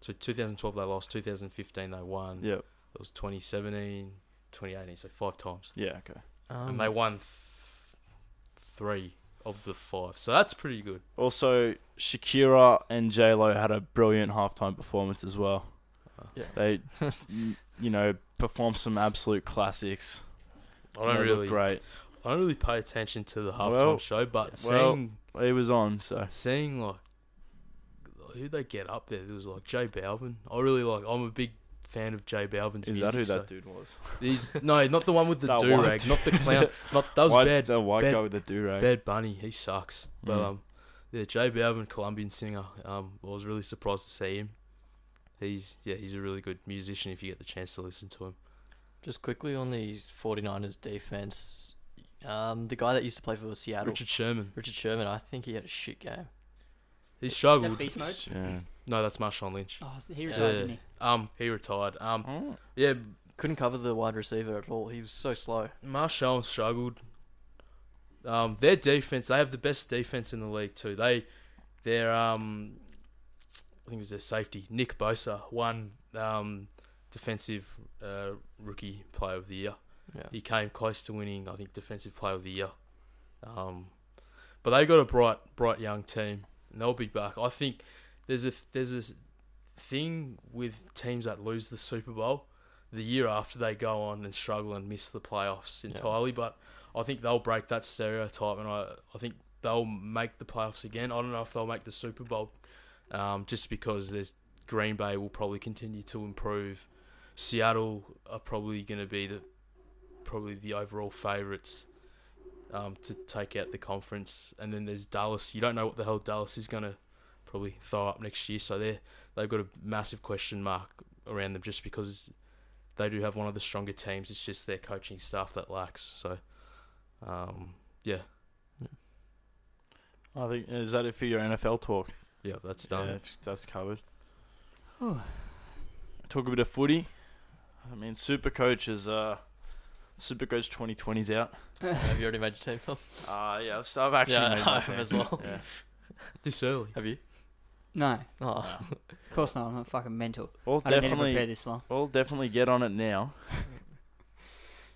Speaker 3: So 2012 they lost, 2015 they won.
Speaker 2: yeah,
Speaker 3: It was 2017, 2018, so five times.
Speaker 2: yeah. Okay.
Speaker 4: Um,
Speaker 3: and they won th- three of the five. So that's pretty good.
Speaker 2: Also, Shakira and J Lo had a brilliant halftime performance as well.
Speaker 3: Uh,
Speaker 4: Yeah.
Speaker 2: They, m- you know, performed some absolute classics.
Speaker 3: I don't
Speaker 2: They looked
Speaker 3: really
Speaker 2: great.
Speaker 3: I don't really pay attention to the halftime
Speaker 2: Well-
Speaker 3: show, but
Speaker 2: well-
Speaker 3: seeing
Speaker 2: It was on, so
Speaker 3: seeing like who they get up there, there was like Jay Balvin. I really like. I'm a big fan of Jay Balvin's
Speaker 2: is
Speaker 3: music.
Speaker 2: that who
Speaker 3: so
Speaker 2: that dude was?
Speaker 3: He's, no, not the one with the
Speaker 2: That
Speaker 3: do
Speaker 2: white
Speaker 3: rag, not the clown. Not that was
Speaker 2: white,
Speaker 3: bad.
Speaker 2: The white
Speaker 3: bad-
Speaker 2: guy with the do rag.
Speaker 3: Bad Bunny, he sucks. But
Speaker 2: Mm.
Speaker 3: um, yeah, Jay Balvin, Colombian singer. Um, I was really surprised to see him. He's yeah, he's a really good musician if you get the chance to listen to him.
Speaker 4: Just quickly on the 49ers defense, um, the guy that used to play for Seattle, Richard,
Speaker 3: Richard Sherman,
Speaker 4: Sherman, I think he had a shit game.
Speaker 3: he
Speaker 1: Is that
Speaker 3: struggled.
Speaker 1: beast mode?
Speaker 2: Yeah.
Speaker 3: No, that's Marshawn Lynch.
Speaker 1: Oh, he retired,
Speaker 3: Yeah.
Speaker 1: didn't he?
Speaker 3: Um, he retired. Um, yeah,
Speaker 4: Couldn't cover the wide receiver at all. He was so slow.
Speaker 3: Marshawn struggled. Um, their defense, they have the best defense in the league too. They, their um, I think it was their safety, Nick Bosa, won um, defensive uh, rookie player of the year.
Speaker 4: Yeah.
Speaker 3: He came close to winning, I think, defensive player of the year. Um, but they got a bright, bright young team, and they'll be back. I think there's a there's a thing with teams that lose the Super Bowl the year after they go on and struggle and miss the playoffs entirely. But I think they'll break that stereotype, and I I think they'll make the playoffs again. I don't know if they'll make the Super Bowl, um, just because there's Green Bay will probably continue to improve. Seattle are probably going to be the probably the overall favourites um, to take out the conference. And then there's Dallas. You don't know what the hell Dallas is going to probably throw up next year. So they they've got a massive question mark around them just because they do have one of the stronger teams. It's just their coaching staff that lacks. So um, yeah,
Speaker 2: I think is that it for your NFL talk?
Speaker 3: yeah, that's done.
Speaker 2: Yeah, if that's covered.
Speaker 1: Whew.
Speaker 2: Talk a bit of footy. I mean, Supercoach is uh, Supercoach 2020's out.
Speaker 4: Have you already made your team up?
Speaker 3: Ah,
Speaker 2: Uh yeah, I've, I've actually
Speaker 4: Yeah,
Speaker 2: made my
Speaker 4: I have
Speaker 2: team.
Speaker 4: as well.
Speaker 2: Yeah.
Speaker 3: This early.
Speaker 4: Have you?
Speaker 1: No,
Speaker 4: Oh,
Speaker 1: of course not. I'm not fucking mental.
Speaker 2: Uh, We'll
Speaker 1: I didn't need to prepare
Speaker 2: definitely,
Speaker 1: this long.
Speaker 2: we'll definitely get on it now.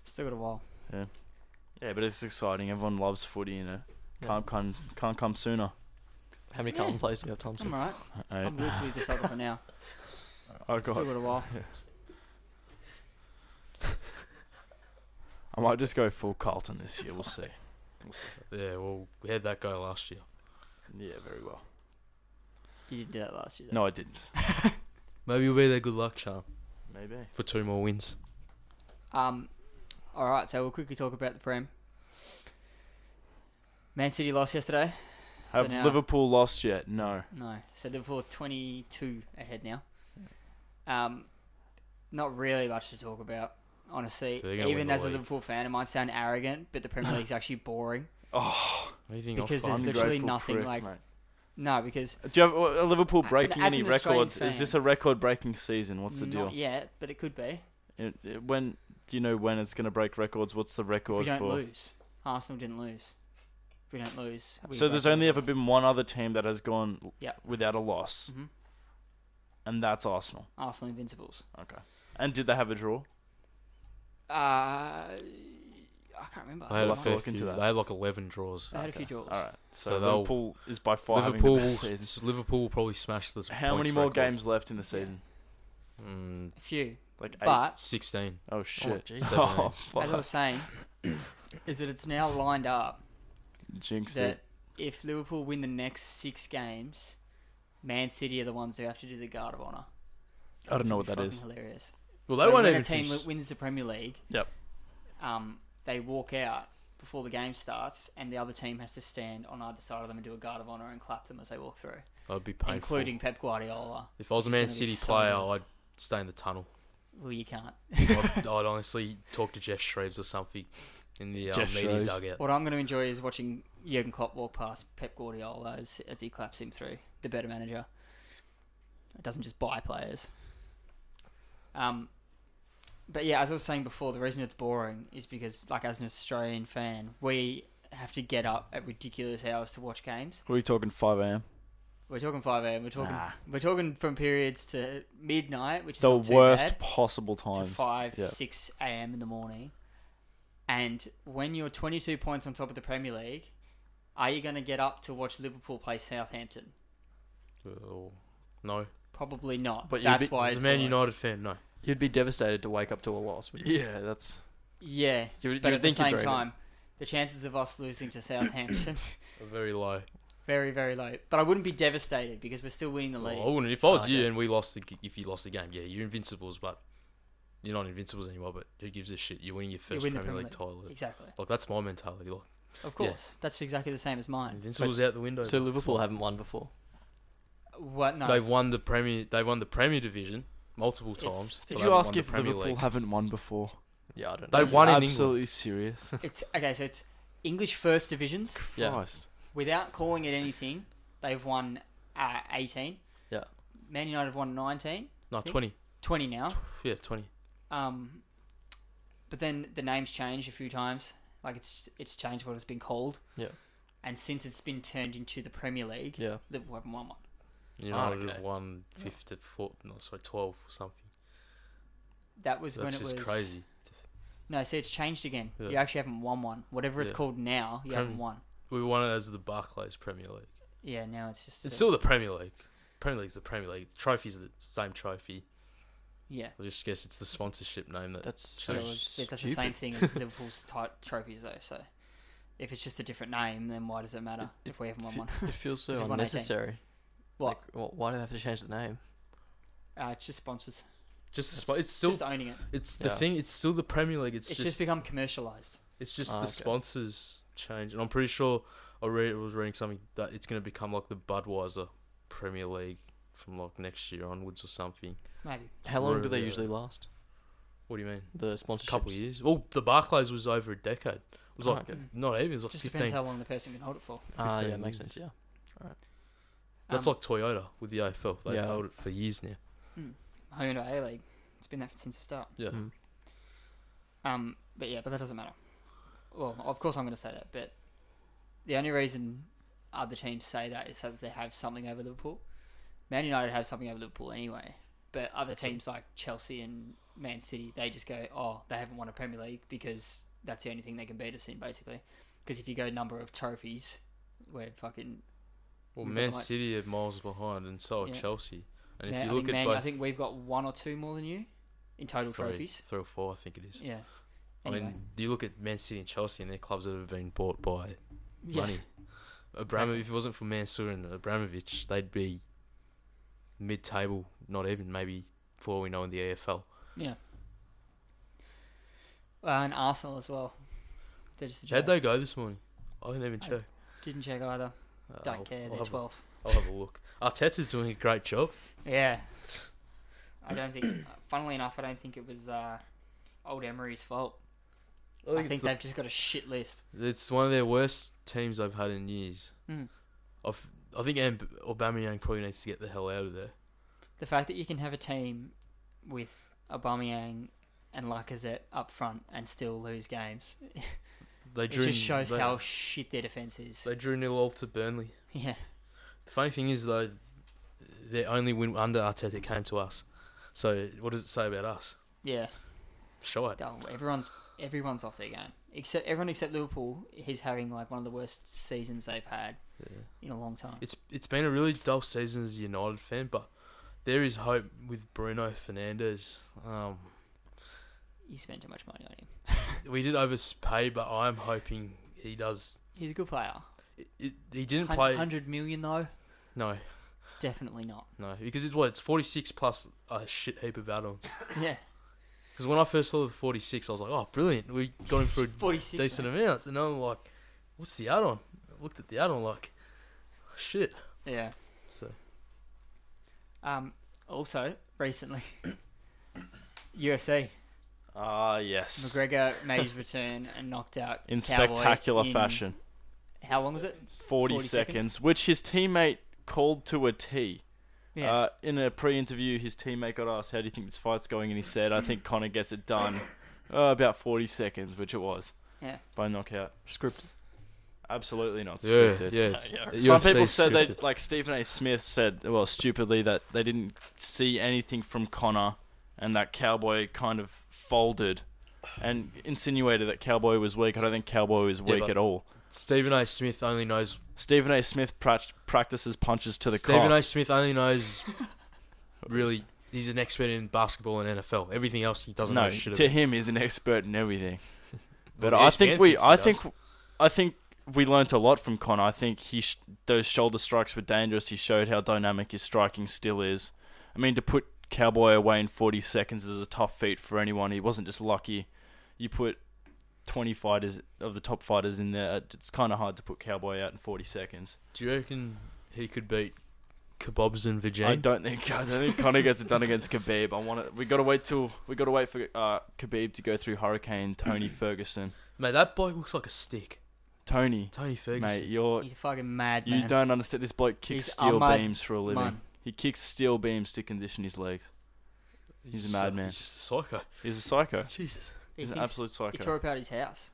Speaker 1: Still got a while.
Speaker 2: Yeah, but it's exciting. Everyone loves footy, you know.
Speaker 4: Yeah.
Speaker 2: Can't come, can't come sooner.
Speaker 4: how many
Speaker 1: Yeah.
Speaker 4: Carlton plays do you have, Thompson?
Speaker 1: I'm alright.
Speaker 2: All right.
Speaker 1: I'm literally decided for now.
Speaker 2: I
Speaker 1: Still
Speaker 2: got
Speaker 1: got a while.
Speaker 2: I might just go full Carlton this year. We'll see. We'll see.
Speaker 3: Yeah, well, we had that go last year.
Speaker 2: Yeah, very well.
Speaker 1: You did do that last year. though.
Speaker 2: No, I didn't.
Speaker 3: Maybe you'll be their good luck charm
Speaker 2: Maybe.
Speaker 3: for two more wins.
Speaker 1: Um, all right, so we'll quickly talk about the Prem. Man City lost yesterday. So
Speaker 2: Have
Speaker 1: now-
Speaker 2: Liverpool lost yet? No.
Speaker 1: No, so Liverpool are 22 ahead now. Um, not really much to talk about, honestly.
Speaker 3: So they're gonna win
Speaker 1: Even
Speaker 3: the
Speaker 1: as a
Speaker 3: league.
Speaker 1: Liverpool fan, it might sound arrogant, but the Premier League's actually boring.
Speaker 2: Oh,
Speaker 3: What do you think?
Speaker 1: Because
Speaker 3: I'll
Speaker 1: there's
Speaker 3: find?
Speaker 1: literally
Speaker 2: ungrateful
Speaker 1: nothing,
Speaker 2: prick,
Speaker 1: like-
Speaker 2: mate.
Speaker 1: No, because
Speaker 2: Do you have uh, Liverpool
Speaker 1: Uh,
Speaker 2: breaking
Speaker 1: as
Speaker 2: any
Speaker 1: an Australian
Speaker 2: records? Is
Speaker 1: fan-
Speaker 2: this a record-breaking season? What's the
Speaker 1: not
Speaker 2: deal?
Speaker 1: yet, but it could be.
Speaker 2: It, it- when do you know when it's going to break records? What's the
Speaker 1: If we
Speaker 2: record
Speaker 1: don't
Speaker 2: for?
Speaker 1: lose. Arsenal didn't lose. If we don't lose. we
Speaker 2: So there's
Speaker 1: break
Speaker 2: only
Speaker 1: the
Speaker 2: ever been one other team that has gone
Speaker 1: Yeah.
Speaker 2: without a loss,
Speaker 1: Mhm.
Speaker 2: and that's Arsenal.
Speaker 1: Arsenal Invincibles.
Speaker 2: Okay. And did they have a draw?
Speaker 1: Uh, I can't remember.
Speaker 3: They had, a
Speaker 2: I'll have to
Speaker 3: fair
Speaker 2: look
Speaker 3: few,
Speaker 2: into that.
Speaker 3: they had like 11 draws.
Speaker 1: They had a few
Speaker 2: Okay.
Speaker 1: draws.
Speaker 2: All right. So,
Speaker 3: So they'll-
Speaker 2: Liverpool is by far
Speaker 3: Liverpool,
Speaker 2: having the best
Speaker 3: will-
Speaker 2: season.
Speaker 3: Liverpool will probably smash this.
Speaker 2: How many
Speaker 3: points
Speaker 2: more
Speaker 3: record.
Speaker 2: games left in the season?
Speaker 3: Mm,
Speaker 1: A few.
Speaker 2: Like eight.
Speaker 1: But
Speaker 3: 16.
Speaker 2: oh shit!
Speaker 4: jeez.
Speaker 2: Oh,
Speaker 1: as I
Speaker 2: fuck.
Speaker 1: was saying, is that it's now lined up
Speaker 2: Jinxed
Speaker 1: that
Speaker 2: it.
Speaker 1: if Liverpool win the next six games, Man City are the ones who have to do the guard of honour.
Speaker 2: I don't know what
Speaker 1: Which would
Speaker 2: that
Speaker 1: be
Speaker 2: is.
Speaker 1: fucking Hilarious.
Speaker 3: Well,
Speaker 1: so
Speaker 3: they won't
Speaker 1: when
Speaker 3: even
Speaker 1: a team
Speaker 3: finish.
Speaker 1: wins the Premier League,
Speaker 2: Yep.
Speaker 1: um, they walk out before the game starts, and the other team has to stand on either side of them and do a guard of honour and clap them as they walk through,
Speaker 3: I'd be painful.
Speaker 1: including Pep Guardiola.
Speaker 3: If I was a
Speaker 1: It's
Speaker 3: Man
Speaker 1: gonna be
Speaker 3: City
Speaker 1: so
Speaker 3: player,
Speaker 1: bad.
Speaker 3: I'd stay in the tunnel.
Speaker 1: Well, you can't.
Speaker 3: I'd, I'd honestly talk to Jeff Shreves or something in the uh,
Speaker 2: Jeff
Speaker 3: media
Speaker 2: Shreves.
Speaker 3: dugout.
Speaker 1: What I'm going to enjoy is watching Jurgen Klopp walk past Pep Guardiola as, as he claps him through, the better manager. It doesn't just buy players. Um, but yeah, as I was saying before, the reason it's boring is because, like, as an Australian fan, we have to get up at ridiculous hours to watch games.
Speaker 2: Were you talking 5 a.m.?
Speaker 1: We're talking 5 a.m. We're talking
Speaker 2: Nah.
Speaker 1: we're talking from periods to midnight, which is
Speaker 2: The
Speaker 1: not too
Speaker 2: worst
Speaker 1: bad,
Speaker 2: possible
Speaker 1: to
Speaker 2: time.
Speaker 1: 5
Speaker 2: yeah.
Speaker 1: 6 a.m. in the morning. And when you're 22 points on top of the Premier League, are you going to get up to watch Liverpool play Southampton?
Speaker 3: Oh, no.
Speaker 1: Probably not.
Speaker 4: But
Speaker 1: But
Speaker 4: you'd
Speaker 1: that's
Speaker 4: be-
Speaker 1: why
Speaker 3: As
Speaker 1: it's
Speaker 3: a Man
Speaker 1: boring.
Speaker 3: United fan, no.
Speaker 4: You'd be devastated to wake up to a loss. wouldn't you?
Speaker 2: Yeah, that's
Speaker 1: Yeah,
Speaker 4: You would-
Speaker 1: but
Speaker 4: you
Speaker 1: at the
Speaker 4: think you'd
Speaker 1: same
Speaker 4: grade it.
Speaker 1: time, the chances of us losing to Southampton
Speaker 3: Are Very low.
Speaker 1: very very low. But I wouldn't be devastated because we're still winning the league.
Speaker 3: Well, I wouldn't. If I was
Speaker 4: Oh,
Speaker 3: you
Speaker 4: okay.
Speaker 3: and we lost the, g- if you lost the game, yeah, you're invincibles, but you're not invincibles anymore. But who gives a shit? You're winning your first
Speaker 1: win the
Speaker 3: Premier
Speaker 1: Premier
Speaker 3: League title.
Speaker 1: Exactly.
Speaker 3: Like that's my mentality. Like
Speaker 1: Of course. That's exactly the same as mine.
Speaker 3: invincibles out the window.
Speaker 4: So
Speaker 3: but it's
Speaker 4: Liverpool
Speaker 3: fine.
Speaker 4: haven't won before.
Speaker 1: What? No.
Speaker 3: They've won the Premier. They won the Premier Division multiple
Speaker 1: It's-
Speaker 3: times. but
Speaker 2: Did
Speaker 3: they
Speaker 2: you
Speaker 3: haven't
Speaker 2: ask
Speaker 3: won the
Speaker 2: if
Speaker 3: Premier
Speaker 2: Liverpool
Speaker 3: League.
Speaker 2: haven't won before?
Speaker 4: Yeah, I don't know.
Speaker 3: They won in England.
Speaker 2: Absolutely serious.
Speaker 1: It's okay. So it's English first divisions.
Speaker 4: Yeah.
Speaker 2: Christ.
Speaker 1: without calling it anything, they've won uh, 18.
Speaker 4: Yeah.
Speaker 1: Man United have won 19,
Speaker 3: No, twenty.
Speaker 1: 20 now.
Speaker 3: Yeah, twenty.
Speaker 1: Um, but then the name's changed a few times. Like it's it's changed what it's been called.
Speaker 4: Yeah.
Speaker 1: And since it's been turned into the Premier League,
Speaker 4: Yeah.
Speaker 1: Liverpool haven't won one.
Speaker 3: United
Speaker 4: okay.
Speaker 3: have won fifty four. No, sorry, twelve or something.
Speaker 1: That was when
Speaker 3: That's
Speaker 1: it
Speaker 3: just
Speaker 1: was
Speaker 3: crazy.
Speaker 1: No, see, it's changed again.
Speaker 3: Yeah.
Speaker 1: You actually haven't won one. Whatever it's
Speaker 3: Yeah.
Speaker 1: called now, you
Speaker 3: Prem-
Speaker 1: haven't won.
Speaker 3: We won it as the Barclays Premier League.
Speaker 1: Yeah, now it's just a-
Speaker 3: It's still the Premier League. Premier League's the Premier League. The trophy's the same trophy.
Speaker 1: yeah.
Speaker 3: I just guess it's the sponsorship name that
Speaker 4: That's
Speaker 1: So
Speaker 4: so
Speaker 1: it was,
Speaker 4: stupid.
Speaker 1: that's the same thing as Liverpool's tight trophies, though. So if it's just a different name, then why does it matter
Speaker 4: It-
Speaker 1: if we haven't won
Speaker 4: Fe-
Speaker 1: one?
Speaker 4: It feels
Speaker 1: This is
Speaker 4: so
Speaker 1: 118.
Speaker 4: unnecessary.
Speaker 1: What?
Speaker 4: Like, wh- why do they have to change the name?
Speaker 1: Uh, it's just sponsors.
Speaker 3: just the
Speaker 4: It's
Speaker 3: spo- it's, still
Speaker 1: just owning it.
Speaker 3: it's the
Speaker 4: Yeah.
Speaker 3: thing. It's still the Premier League. It's,
Speaker 1: It's, just,
Speaker 3: just,
Speaker 1: become commercialized.
Speaker 3: it's just
Speaker 4: Ah,
Speaker 3: the
Speaker 4: okay.
Speaker 3: sponsors change, and I'm pretty sure I read I was reading something that it's going to become like the Budweiser Premier League from like next year onwards or something.
Speaker 1: Maybe.
Speaker 4: How long do
Speaker 3: Really,
Speaker 4: they
Speaker 3: uh,
Speaker 4: usually last?
Speaker 3: What do you mean?
Speaker 4: The
Speaker 3: A
Speaker 4: sponsorship.
Speaker 3: couple years. Well, the Barclays was over a decade. It was
Speaker 4: Oh,
Speaker 3: like
Speaker 4: okay.
Speaker 1: Mm.
Speaker 3: not even. It was like
Speaker 1: just depends
Speaker 3: 15.
Speaker 1: how long the person can hold it for.
Speaker 4: Ah, yeah,
Speaker 3: 15
Speaker 4: makes
Speaker 3: years.
Speaker 4: sense. Yeah.
Speaker 3: That's
Speaker 1: Um,
Speaker 3: like Toyota with the AFL. They've
Speaker 4: Yeah.
Speaker 3: held it for years now.
Speaker 1: Hyundai A League. It's been that since the start.
Speaker 3: Yeah.
Speaker 4: Mm.
Speaker 1: Um, but yeah, but that doesn't matter. Well, of course I'm going to say that, but the only reason other teams say that is so that they have something over Liverpool. Man United have something over Liverpool anyway, but other teams like Chelsea and Man City, they just go, oh, they haven't won a Premier League because that's the only thing they can beat us in, basically. Because if you go number of trophies, we're fucking.
Speaker 3: Well,
Speaker 1: We've got
Speaker 3: Man
Speaker 1: the likes-
Speaker 3: City are miles behind, and so are
Speaker 1: Yeah.
Speaker 3: Chelsea. And if
Speaker 1: Man-
Speaker 3: you
Speaker 1: I
Speaker 3: look
Speaker 1: think
Speaker 3: at
Speaker 1: Man-
Speaker 3: both
Speaker 1: I think we've got one or two more than you in total
Speaker 3: three,
Speaker 1: trophies.
Speaker 3: three or four, I think it is.
Speaker 1: Yeah. Anyway.
Speaker 3: I mean, you look at Man City and Chelsea and their clubs that have been bought by
Speaker 1: yeah.
Speaker 3: money. Abramovich, if it wasn't for Mansour and Abramovich, they'd be mid-table, not even maybe for all we know in the AFL.
Speaker 1: Yeah. Uh, and Arsenal as well. They're just a
Speaker 3: How'd
Speaker 1: joke.
Speaker 3: they go this morning? I didn't even
Speaker 1: I
Speaker 3: check.
Speaker 1: Didn't check either.
Speaker 3: Uh,
Speaker 1: Don't
Speaker 3: I'll-
Speaker 1: care.
Speaker 3: I'll
Speaker 1: They're
Speaker 3: have a-
Speaker 1: 12th.
Speaker 3: I'll have a look. Arteta's doing a great job.
Speaker 1: Yeah. I don't think, funnily enough, I don't think it was uh, old Emery's fault. I think,
Speaker 3: it's,
Speaker 1: they've just got a shit list.
Speaker 3: the- it's one of their worst teams I've had in years.
Speaker 1: Mm.
Speaker 3: I've, I think Amb- Aubameyang probably needs to get the hell out of there.
Speaker 1: The fact that you can have a team with Aubameyang and Lacazette up front and still lose games,
Speaker 3: They
Speaker 1: it
Speaker 3: drew
Speaker 1: just shows
Speaker 3: they,
Speaker 1: how shit their defense is.
Speaker 3: they drew nil all to Burnley.
Speaker 1: Yeah,
Speaker 3: The funny thing is though, their only win under Arteta came to us. So what does it say about us?
Speaker 1: yeah.
Speaker 3: Shite.
Speaker 1: Oh, everyone's everyone's off their game except everyone except Liverpool. He's having like one of the worst seasons they've had
Speaker 3: Yeah.
Speaker 1: in a long time.
Speaker 3: It's it's been a really dull season as a United fan, but there is hope with Bruno Fernandez. Um,
Speaker 1: You spend too much money on him.
Speaker 3: we did overpay, but I'm hoping he does.
Speaker 1: He's a good player.
Speaker 3: It, it, he didn't play.
Speaker 1: Hundred million though,
Speaker 3: No,
Speaker 1: definitely not.
Speaker 3: no, because it's what it's 46 plus a shit heap of add-ons.
Speaker 1: Yeah,
Speaker 3: Because when I first saw the 46, I was like, oh, brilliant, we got him for a
Speaker 1: forty six.
Speaker 3: decent amount. And I'm like, what's the add-on? I looked at the add-on like, oh, shit.
Speaker 1: Yeah.
Speaker 3: So
Speaker 1: Um. Also, recently, UFC
Speaker 2: Ah, yes.
Speaker 1: McGregor made his return and knocked out
Speaker 2: in
Speaker 1: Cowboy
Speaker 2: spectacular
Speaker 1: in-
Speaker 2: fashion.
Speaker 1: How long was it?
Speaker 2: 40,
Speaker 1: 40
Speaker 2: seconds,
Speaker 1: seconds.
Speaker 2: which his teammate called to a T.
Speaker 1: Yeah.
Speaker 2: Uh, in a pre-interview, his teammate got asked, "How do you think this fight's going?" And he said, "I think Connor gets it done." Uh, about 40 seconds, which it was.
Speaker 1: Yeah.
Speaker 2: By knockout.
Speaker 4: Scripted.
Speaker 2: Absolutely not
Speaker 3: yeah,
Speaker 2: scripted.
Speaker 3: yeah.
Speaker 2: Some people said they like Stephen A. Smith said, well, stupidly that they didn't see anything from Connor, and that Cowboy kind of folded, and insinuated that Cowboy was weak. I don't think Cowboy is
Speaker 3: Yeah,
Speaker 2: weak
Speaker 3: but-
Speaker 2: at all.
Speaker 3: Stephen A. Smith only knows
Speaker 2: Stephen A. Smith prac- practices punches to the
Speaker 3: Stephen
Speaker 2: cock.
Speaker 3: A. Smith only knows really he's an expert in basketball and NFL. Everything else he doesn't
Speaker 2: no,
Speaker 3: know shit
Speaker 2: to
Speaker 3: about.
Speaker 2: him he's an expert in everything. But
Speaker 3: Well, E
Speaker 2: I
Speaker 3: ESPN
Speaker 2: think we,
Speaker 3: thinks he
Speaker 2: I
Speaker 3: does.
Speaker 2: think, I think we learnt a lot from Connor. I think he sh- those shoulder strikes were dangerous. He showed how dynamic his striking still is. I mean, to put Cowboy away in 40 seconds is a tough feat for anyone. He wasn't just lucky. You put 20 fighters of the top fighters in there. It's kind of hard to put Cowboy out in 40 seconds.
Speaker 3: Do you reckon he could beat Kebabs and
Speaker 2: I
Speaker 3: Vijay?
Speaker 2: don't think I don't think Connor gets it done against Khabib. I want to. We got to wait till we got to wait for uh, Khabib to go through Hurricane Tony Ferguson.
Speaker 3: Mate, that bloke looks like a stick.
Speaker 2: Tony,
Speaker 3: Tony Ferguson.
Speaker 2: mate, you're
Speaker 1: He's a fucking mad
Speaker 2: Uh, you
Speaker 1: man.
Speaker 2: don't understand. This bloke kicks
Speaker 1: He's a
Speaker 2: steel
Speaker 1: mad
Speaker 2: beams for a living.
Speaker 1: man.
Speaker 2: He kicks steel beams to condition his legs. he's a
Speaker 3: just
Speaker 2: madman.
Speaker 3: He's just a psycho.
Speaker 2: He's a psycho.
Speaker 3: Jesus.
Speaker 1: He
Speaker 2: He's an
Speaker 1: thinks-
Speaker 2: absolute
Speaker 1: He
Speaker 2: psycho.
Speaker 1: tore apart his house.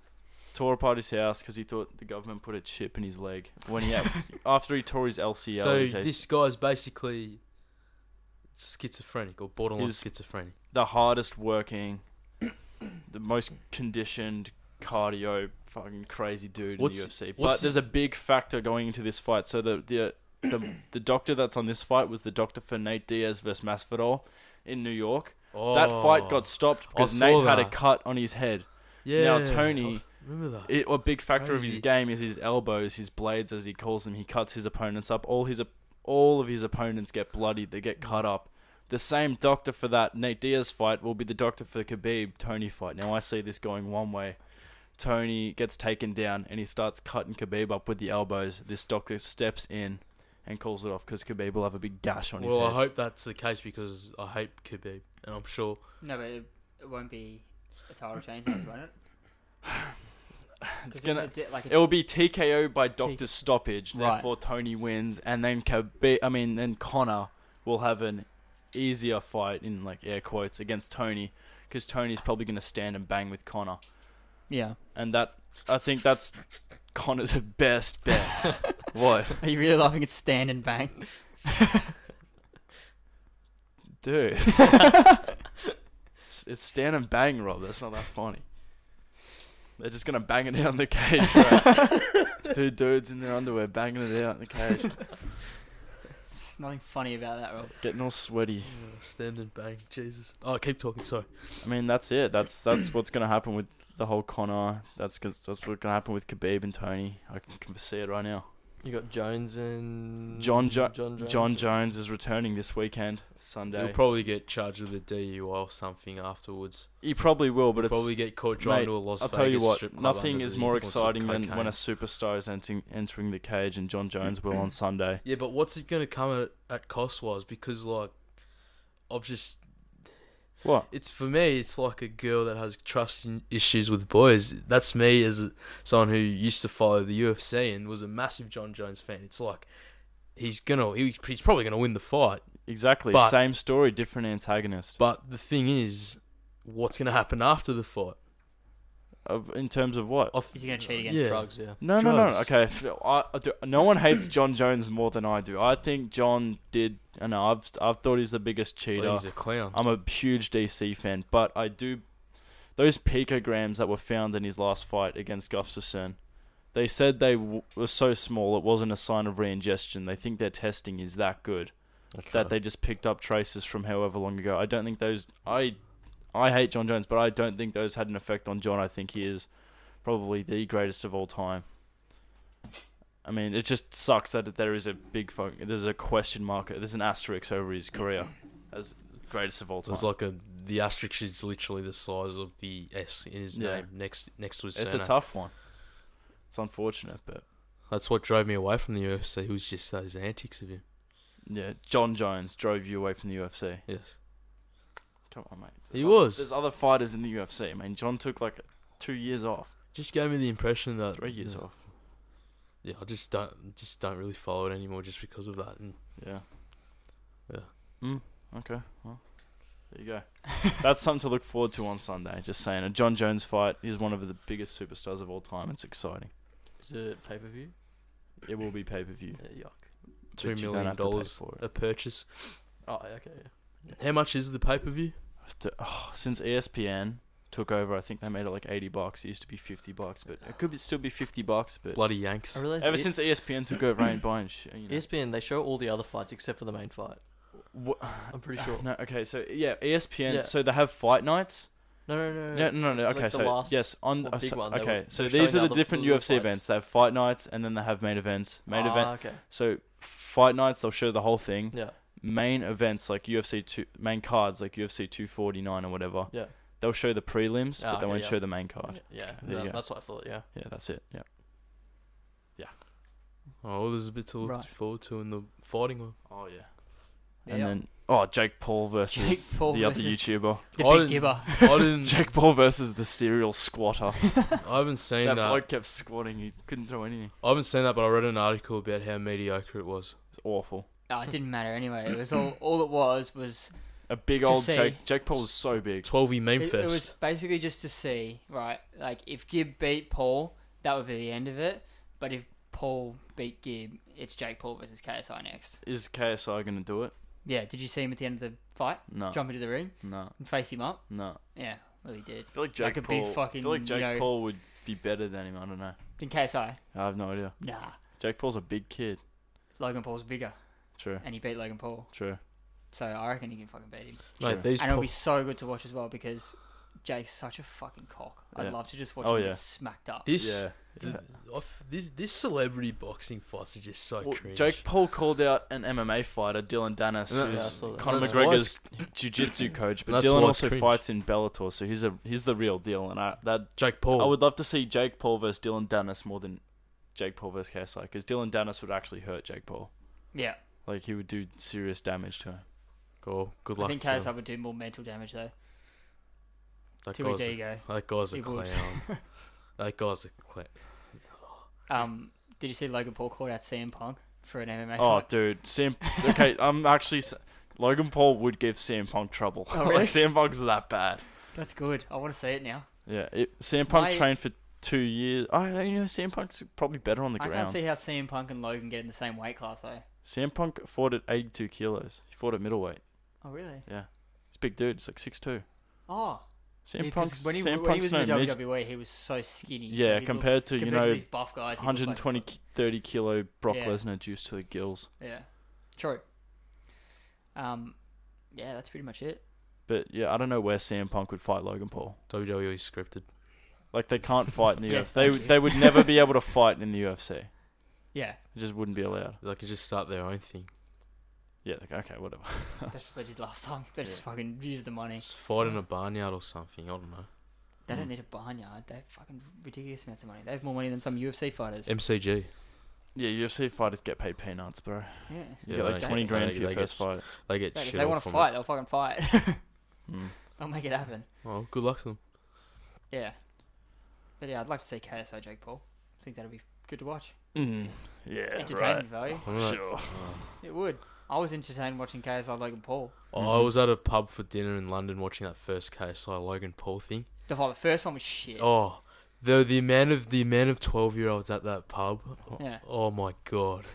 Speaker 2: tore apart his house because he thought the government put a chip in his leg when he after he tore his LCL.
Speaker 3: so
Speaker 2: he said,
Speaker 3: this guy's basically schizophrenic or borderline
Speaker 2: He's-
Speaker 3: schizophrenic.
Speaker 2: the hardest working, the most conditioned cardio fucking crazy dude
Speaker 3: What's-
Speaker 2: in the UFC.
Speaker 3: what's
Speaker 2: But there's a big factor going into this fight. So the the the, the doctor that's on this fight was the doctor for Nate Diaz versus Masvidal in New York.
Speaker 3: Oh,
Speaker 2: That fight got stopped because
Speaker 3: saw
Speaker 2: Nate had a
Speaker 3: that.
Speaker 2: cut on his head.
Speaker 3: yeah.
Speaker 2: now Tony-
Speaker 3: I remember that?
Speaker 2: It, a big factor of his
Speaker 3: Crazy.
Speaker 2: game is his elbows, his blades, as he calls them. He cuts his opponents up. All his op- all of his opponents get bloodied. They get cut up. The same doctor for that Nate Diaz fight will be the doctor for Khabib Tony fight. Now I see this going one way. Tony gets taken down and he starts cutting Khabib up with the elbows. This doctor steps in and calls it off because Khabib will have a big gash on his
Speaker 3: well, I
Speaker 2: head.
Speaker 3: hope that's the case because I hate Khabib, and I'm sure
Speaker 1: No, but it, it won't be a title change, won't it?
Speaker 2: It's
Speaker 1: 'Cause
Speaker 2: gonna.
Speaker 1: a di- like a-
Speaker 2: It will be TKO by doctor stoppage.
Speaker 1: Right.
Speaker 2: Therefore, Tony wins, and then Khabib, I mean, then Connor will have an easier fight in like air quotes against Tony, because Tony's probably going to stand and bang with Connor,
Speaker 1: yeah.
Speaker 2: and that I think that's Connor's best bet. what,
Speaker 1: Are you really laughing at stand and bang?
Speaker 2: dude? it's stand and bang, Rob. That's not that funny. They're just gonna bang it down the cage. Right? Two dudes in their underwear banging it out in the cage.
Speaker 1: There's nothing funny about that, Rob.
Speaker 2: Getting all sweaty.
Speaker 3: Yeah, Stand and bang, Jesus. Oh, keep talking. Sorry.
Speaker 2: I mean, that's it. That's that's what's gonna happen with the whole Connor. That's 'cause- that's what's gonna happen with Khabib and Tony. I can, can see it right now.
Speaker 4: You got Jones and
Speaker 2: John Jo-
Speaker 4: John Jones.
Speaker 2: John Jones is returning this weekend,
Speaker 3: You'll
Speaker 2: Sunday.
Speaker 3: probably get charged with a DUI or something afterwards.
Speaker 2: he probably will, but
Speaker 3: But You'll
Speaker 2: it's.
Speaker 3: probably get caught driving
Speaker 2: Mate,
Speaker 3: to a Las
Speaker 2: I'll
Speaker 3: Vegas
Speaker 2: tell you
Speaker 3: strip
Speaker 2: what,
Speaker 3: club
Speaker 2: nothing
Speaker 3: under
Speaker 2: is
Speaker 3: the
Speaker 2: more
Speaker 3: influence of
Speaker 2: exciting than when
Speaker 3: cocaine.
Speaker 2: a superstar is entering, entering the cage, and John Jones will on Sunday.
Speaker 3: Yeah, but what's it going to come at, at cost wise? Because like, I've just
Speaker 2: What?
Speaker 3: it's for me. It's like a girl that has trust in- issues with boys. That's me as a, someone who used to follow the UFC and was a massive John Jones fan. It's like he's gonna he, he's probably gonna win the fight.
Speaker 2: Exactly.
Speaker 3: But-
Speaker 2: Same story, different antagonist.
Speaker 3: But the thing is, what's gonna happen after the fight?
Speaker 2: Of- in terms of what?
Speaker 3: I th-
Speaker 1: Is he gonna cheat again?
Speaker 3: Yeah.
Speaker 4: Drugs, yeah.
Speaker 2: No, no, no.
Speaker 3: Drugs.
Speaker 2: Okay, f- I, I do- no one hates John Jones more than I do. I think John did. I know. I've I've thought he's the biggest cheater.
Speaker 3: Well, he's a clown.
Speaker 2: I'm a huge DC fan, but I do those picograms that were found in his last fight against Gustafsson. They said they w- were so small it wasn't a sign of re-ingestion. They think their testing is that good that they just picked up traces from however long ago. I don't think those. I I hate John Jones, but I don't think those had an effect on John. I think he is probably the greatest of all time. I mean, it just sucks that there is a big fo- there's a question mark, there's an asterisk over his career as greatest of all
Speaker 3: It
Speaker 2: time.
Speaker 3: was like a the asterisk is literally the size of the S in his
Speaker 2: Yeah.
Speaker 3: name next next to his
Speaker 2: it's a
Speaker 3: surname.
Speaker 2: tough one. It's unfortunate, but
Speaker 3: That's what drove me away from the UFC. was just those antics of him.
Speaker 2: yeah, John Jones drove you away from the UFC.
Speaker 3: Yes.
Speaker 2: Come on, mate.
Speaker 3: He
Speaker 2: other-
Speaker 3: was.
Speaker 2: There's other fighters in the UFC. I mean, John took like two years off,
Speaker 3: Just gave me the impression that
Speaker 2: three years
Speaker 3: yeah,
Speaker 2: off.
Speaker 3: Yeah, I just don't just don't really follow it anymore just because of that. And
Speaker 2: Yeah.
Speaker 3: Yeah.
Speaker 2: Mm, okay. Well, there you go. That's something to look forward to on Sunday. Just saying, a John Jones fight is one of the biggest superstars of all time. It's exciting.
Speaker 4: Is it pay per view?
Speaker 2: It will be pay per view.
Speaker 4: yuck.
Speaker 3: two
Speaker 2: But you don't
Speaker 3: million
Speaker 2: have to pay
Speaker 3: dollars
Speaker 2: for it.
Speaker 3: a purchase.
Speaker 4: Oh, okay. Yeah.
Speaker 3: How much is the pay per view?
Speaker 2: To- oh, since ESPN took over, I think they made it like eighty bucks. It used to be fifty bucks, but it could be, still be fifty bucks. But
Speaker 3: Bloody Yanks.
Speaker 4: I E- realized
Speaker 2: ever since E ESPN took over, I ain't buying shit. You know.
Speaker 4: ESPN they show all the other fights except for the main fight.
Speaker 2: Wha-
Speaker 4: I'm pretty sure.
Speaker 2: Ah, Uh, No, okay, so yeah, E ESPN.
Speaker 4: Yeah.
Speaker 2: So they have fight nights.
Speaker 4: No, no, no.
Speaker 2: No, no, no.
Speaker 4: It was,
Speaker 2: Okay,
Speaker 4: like, the
Speaker 2: so
Speaker 4: last
Speaker 2: yes, on
Speaker 4: one
Speaker 2: uh,
Speaker 4: big
Speaker 2: so-
Speaker 4: one, they
Speaker 2: okay,
Speaker 4: were-
Speaker 2: so
Speaker 4: they were
Speaker 2: these
Speaker 4: showing
Speaker 2: are
Speaker 4: the
Speaker 2: the
Speaker 4: other-
Speaker 2: different
Speaker 4: the other
Speaker 2: UFC
Speaker 4: fights.
Speaker 2: events. They have fight nights, and then they have main events. Main event.
Speaker 4: Ah, okay.
Speaker 2: So fight nights, they'll show the whole thing.
Speaker 4: Yeah.
Speaker 2: Main events like UFC two, main cards like UFC two forty nine or whatever.
Speaker 4: Yeah.
Speaker 2: They'll show the prelims, but
Speaker 4: Ah,
Speaker 2: they
Speaker 4: okay,
Speaker 2: won't
Speaker 4: yeah.
Speaker 2: show the main card.
Speaker 4: Yeah.
Speaker 2: There you
Speaker 4: no,
Speaker 2: go.
Speaker 4: that's what I thought. Yeah.
Speaker 2: Yeah, that's it. Yeah.
Speaker 3: Oh, well, there's a bit to look
Speaker 1: Right.
Speaker 3: forward to in the fighting one.
Speaker 2: Oh yeah.
Speaker 1: Yeah.
Speaker 2: And then oh Jake Paul versus
Speaker 1: Jake Paul
Speaker 2: the other
Speaker 1: versus- Hmm.
Speaker 2: YouTuber.
Speaker 1: The
Speaker 3: I
Speaker 1: big
Speaker 3: didn't-
Speaker 1: gibber.
Speaker 3: I didn't.
Speaker 2: Jake Paul versus the serial squatter.
Speaker 3: I haven't seen
Speaker 2: that
Speaker 1: uh,
Speaker 3: that.
Speaker 2: bloke kept squatting. He couldn't throw anything.
Speaker 3: I haven't seen that, but I read an article about how mediocre it was.
Speaker 2: It's awful.
Speaker 1: Oh, it didn't matter anyway. It was all. All it was was
Speaker 2: A big
Speaker 1: To
Speaker 2: old
Speaker 1: see-
Speaker 2: Jake. Jake Paul is so big.
Speaker 3: Twelve E meme
Speaker 1: It,
Speaker 3: fest.
Speaker 1: it was basically just to see, right? Like if Gibb beat Paul, that would be the end of it. But if Paul beat Gibb, it's Jake Paul versus KSI next.
Speaker 2: Is KSI gonna do it?
Speaker 1: Yeah. Did you see him at the end of the fight?
Speaker 2: No.
Speaker 1: Jump into the ring
Speaker 2: No.
Speaker 1: and face him up.
Speaker 2: No.
Speaker 1: Yeah. Well, he did.
Speaker 2: I feel like Jake
Speaker 1: Like a
Speaker 2: Paul.
Speaker 1: big fucking,
Speaker 2: I feel like
Speaker 1: you
Speaker 2: Jake
Speaker 1: know-
Speaker 2: Paul would be better than him. I don't know.
Speaker 1: Then KSI.
Speaker 2: I have no idea.
Speaker 1: Nah.
Speaker 2: Jake Paul's a big kid.
Speaker 1: Logan Paul's bigger,
Speaker 2: True.
Speaker 1: and he beat Logan Paul.
Speaker 2: True.
Speaker 1: So I reckon he can fucking beat him.
Speaker 3: Mate,
Speaker 2: Sure.
Speaker 3: these
Speaker 1: and it'll
Speaker 3: po-
Speaker 1: be so good to watch as well because Jake's such a fucking cock. I'd
Speaker 2: Yeah.
Speaker 1: love to just watch
Speaker 2: Oh,
Speaker 1: him
Speaker 2: yeah.
Speaker 1: get smacked up.
Speaker 3: this
Speaker 2: yeah.
Speaker 3: The, I f- this this celebrity boxing fights are just so
Speaker 2: Well,
Speaker 3: cringe.
Speaker 2: Jake Paul called out an MMA fighter, Dylan Dennis,
Speaker 1: Uh,
Speaker 3: Yeah,
Speaker 4: yeah I
Speaker 2: who's
Speaker 4: saw that.
Speaker 2: Conor
Speaker 3: That's
Speaker 2: McGregor's jiu-jitsu coach, but
Speaker 3: That's
Speaker 2: Dylan
Speaker 3: why
Speaker 2: also
Speaker 3: cringe.
Speaker 2: fights in Bellator, so he's a he's the real deal. And I that
Speaker 3: Jake Paul.
Speaker 2: I would love to see Jake Paul versus Dylan Dennis more than Jake Paul versus KSI, because Dylan Dennis would actually hurt Jake Paul.
Speaker 1: Yeah.
Speaker 2: Like he would do serious damage to him.
Speaker 3: Go. Good
Speaker 1: I
Speaker 3: luck.
Speaker 1: think
Speaker 3: to him.
Speaker 1: KSI would do more mental damage though.
Speaker 3: That
Speaker 1: To his
Speaker 3: guy's a,
Speaker 1: ego.
Speaker 3: that guy's a
Speaker 1: He would.
Speaker 3: clown. that guy's a clown.
Speaker 1: Um, did you see Logan Paul called out CM Punk for an MMA
Speaker 2: Oh,
Speaker 1: fight?
Speaker 2: dude, Sam. Okay, I'm actually. s- Logan Paul would give Sam Punk trouble.
Speaker 1: Oh, really?
Speaker 2: like Sam Punk's that bad.
Speaker 1: That's good. I want to see it now.
Speaker 2: Yeah, it, Sam Punk
Speaker 1: My-
Speaker 2: trained for two years. I you know Sam Punk's probably better on the
Speaker 1: I can't
Speaker 2: ground.
Speaker 1: see how CM Punk and Logan get in the same weight class though.
Speaker 2: Sam Punk fought at 82 kilos. He fought at middleweight.
Speaker 1: Oh really?
Speaker 2: He's a big dude. He's like 6'2.
Speaker 1: Oh,
Speaker 2: Sam
Speaker 1: yeah, 'cause
Speaker 2: Punk's
Speaker 1: when he,
Speaker 2: Sam
Speaker 1: when
Speaker 2: Punk's
Speaker 1: he was in
Speaker 2: no
Speaker 1: the
Speaker 2: mid.
Speaker 1: WWE, he was so skinny. so
Speaker 2: Yeah,
Speaker 1: he
Speaker 2: compared
Speaker 1: looked-
Speaker 2: to, you
Speaker 1: compared
Speaker 2: know,
Speaker 1: these buff guys, he looked like-
Speaker 2: 120 30 kilo Brock
Speaker 1: Yeah.
Speaker 2: Lesnar juice to the gills.
Speaker 1: yeah, true. Um, yeah, that's pretty much it.
Speaker 2: But yeah, I don't know where CM Punk would fight Logan Paul.
Speaker 3: WWE E scripted.
Speaker 2: Like they can't fight in the
Speaker 1: Yeah,
Speaker 2: UFC. They
Speaker 1: thank you.
Speaker 2: they would never be able to fight in the UFC. It
Speaker 1: Yeah,
Speaker 2: just wouldn't be allowed.
Speaker 3: They could just start their own thing.
Speaker 2: Yeah. Like, okay. Whatever.
Speaker 1: that's what they did last time. They just fucking used the money.
Speaker 3: Just fight in a barnyard or something. I don't know.
Speaker 1: They don't
Speaker 2: Mm.
Speaker 1: need a barnyard. They have fucking ridiculous amounts of money. They have more money than some UFC fighters.
Speaker 3: MCG.
Speaker 2: Yeah. UFC fighters get paid peanuts, bro.
Speaker 1: yeah.
Speaker 2: You
Speaker 3: Yeah,
Speaker 2: get
Speaker 3: they
Speaker 2: like
Speaker 1: don't-
Speaker 2: twenty
Speaker 1: they-
Speaker 2: grand
Speaker 3: they-
Speaker 2: for your
Speaker 3: they
Speaker 2: first
Speaker 3: get-
Speaker 2: fight.
Speaker 3: They get
Speaker 1: Mate, if
Speaker 3: shit
Speaker 1: they
Speaker 3: all
Speaker 1: want to
Speaker 3: from
Speaker 1: fight, they'll fucking fight.
Speaker 2: Mm.
Speaker 1: They'll make it happen.
Speaker 3: it. Well, Oh, good luck to them.
Speaker 1: Yeah. But yeah, I'd like to see KSI Jake Paul. I think that'd be good to watch.
Speaker 2: Mm. Yeah. Right.
Speaker 1: Entertainment value.
Speaker 3: I'm like,
Speaker 2: Sure.
Speaker 1: It would. I was entertained watching KSI Logan Paul.
Speaker 3: oh, I was at a pub for dinner in London watching that first KSI Logan Paul thing.
Speaker 1: The, the first one was shit.
Speaker 3: Oh, though the amount of the amount of twelve year olds at that pub. Oh,
Speaker 1: Yeah.
Speaker 3: oh my god.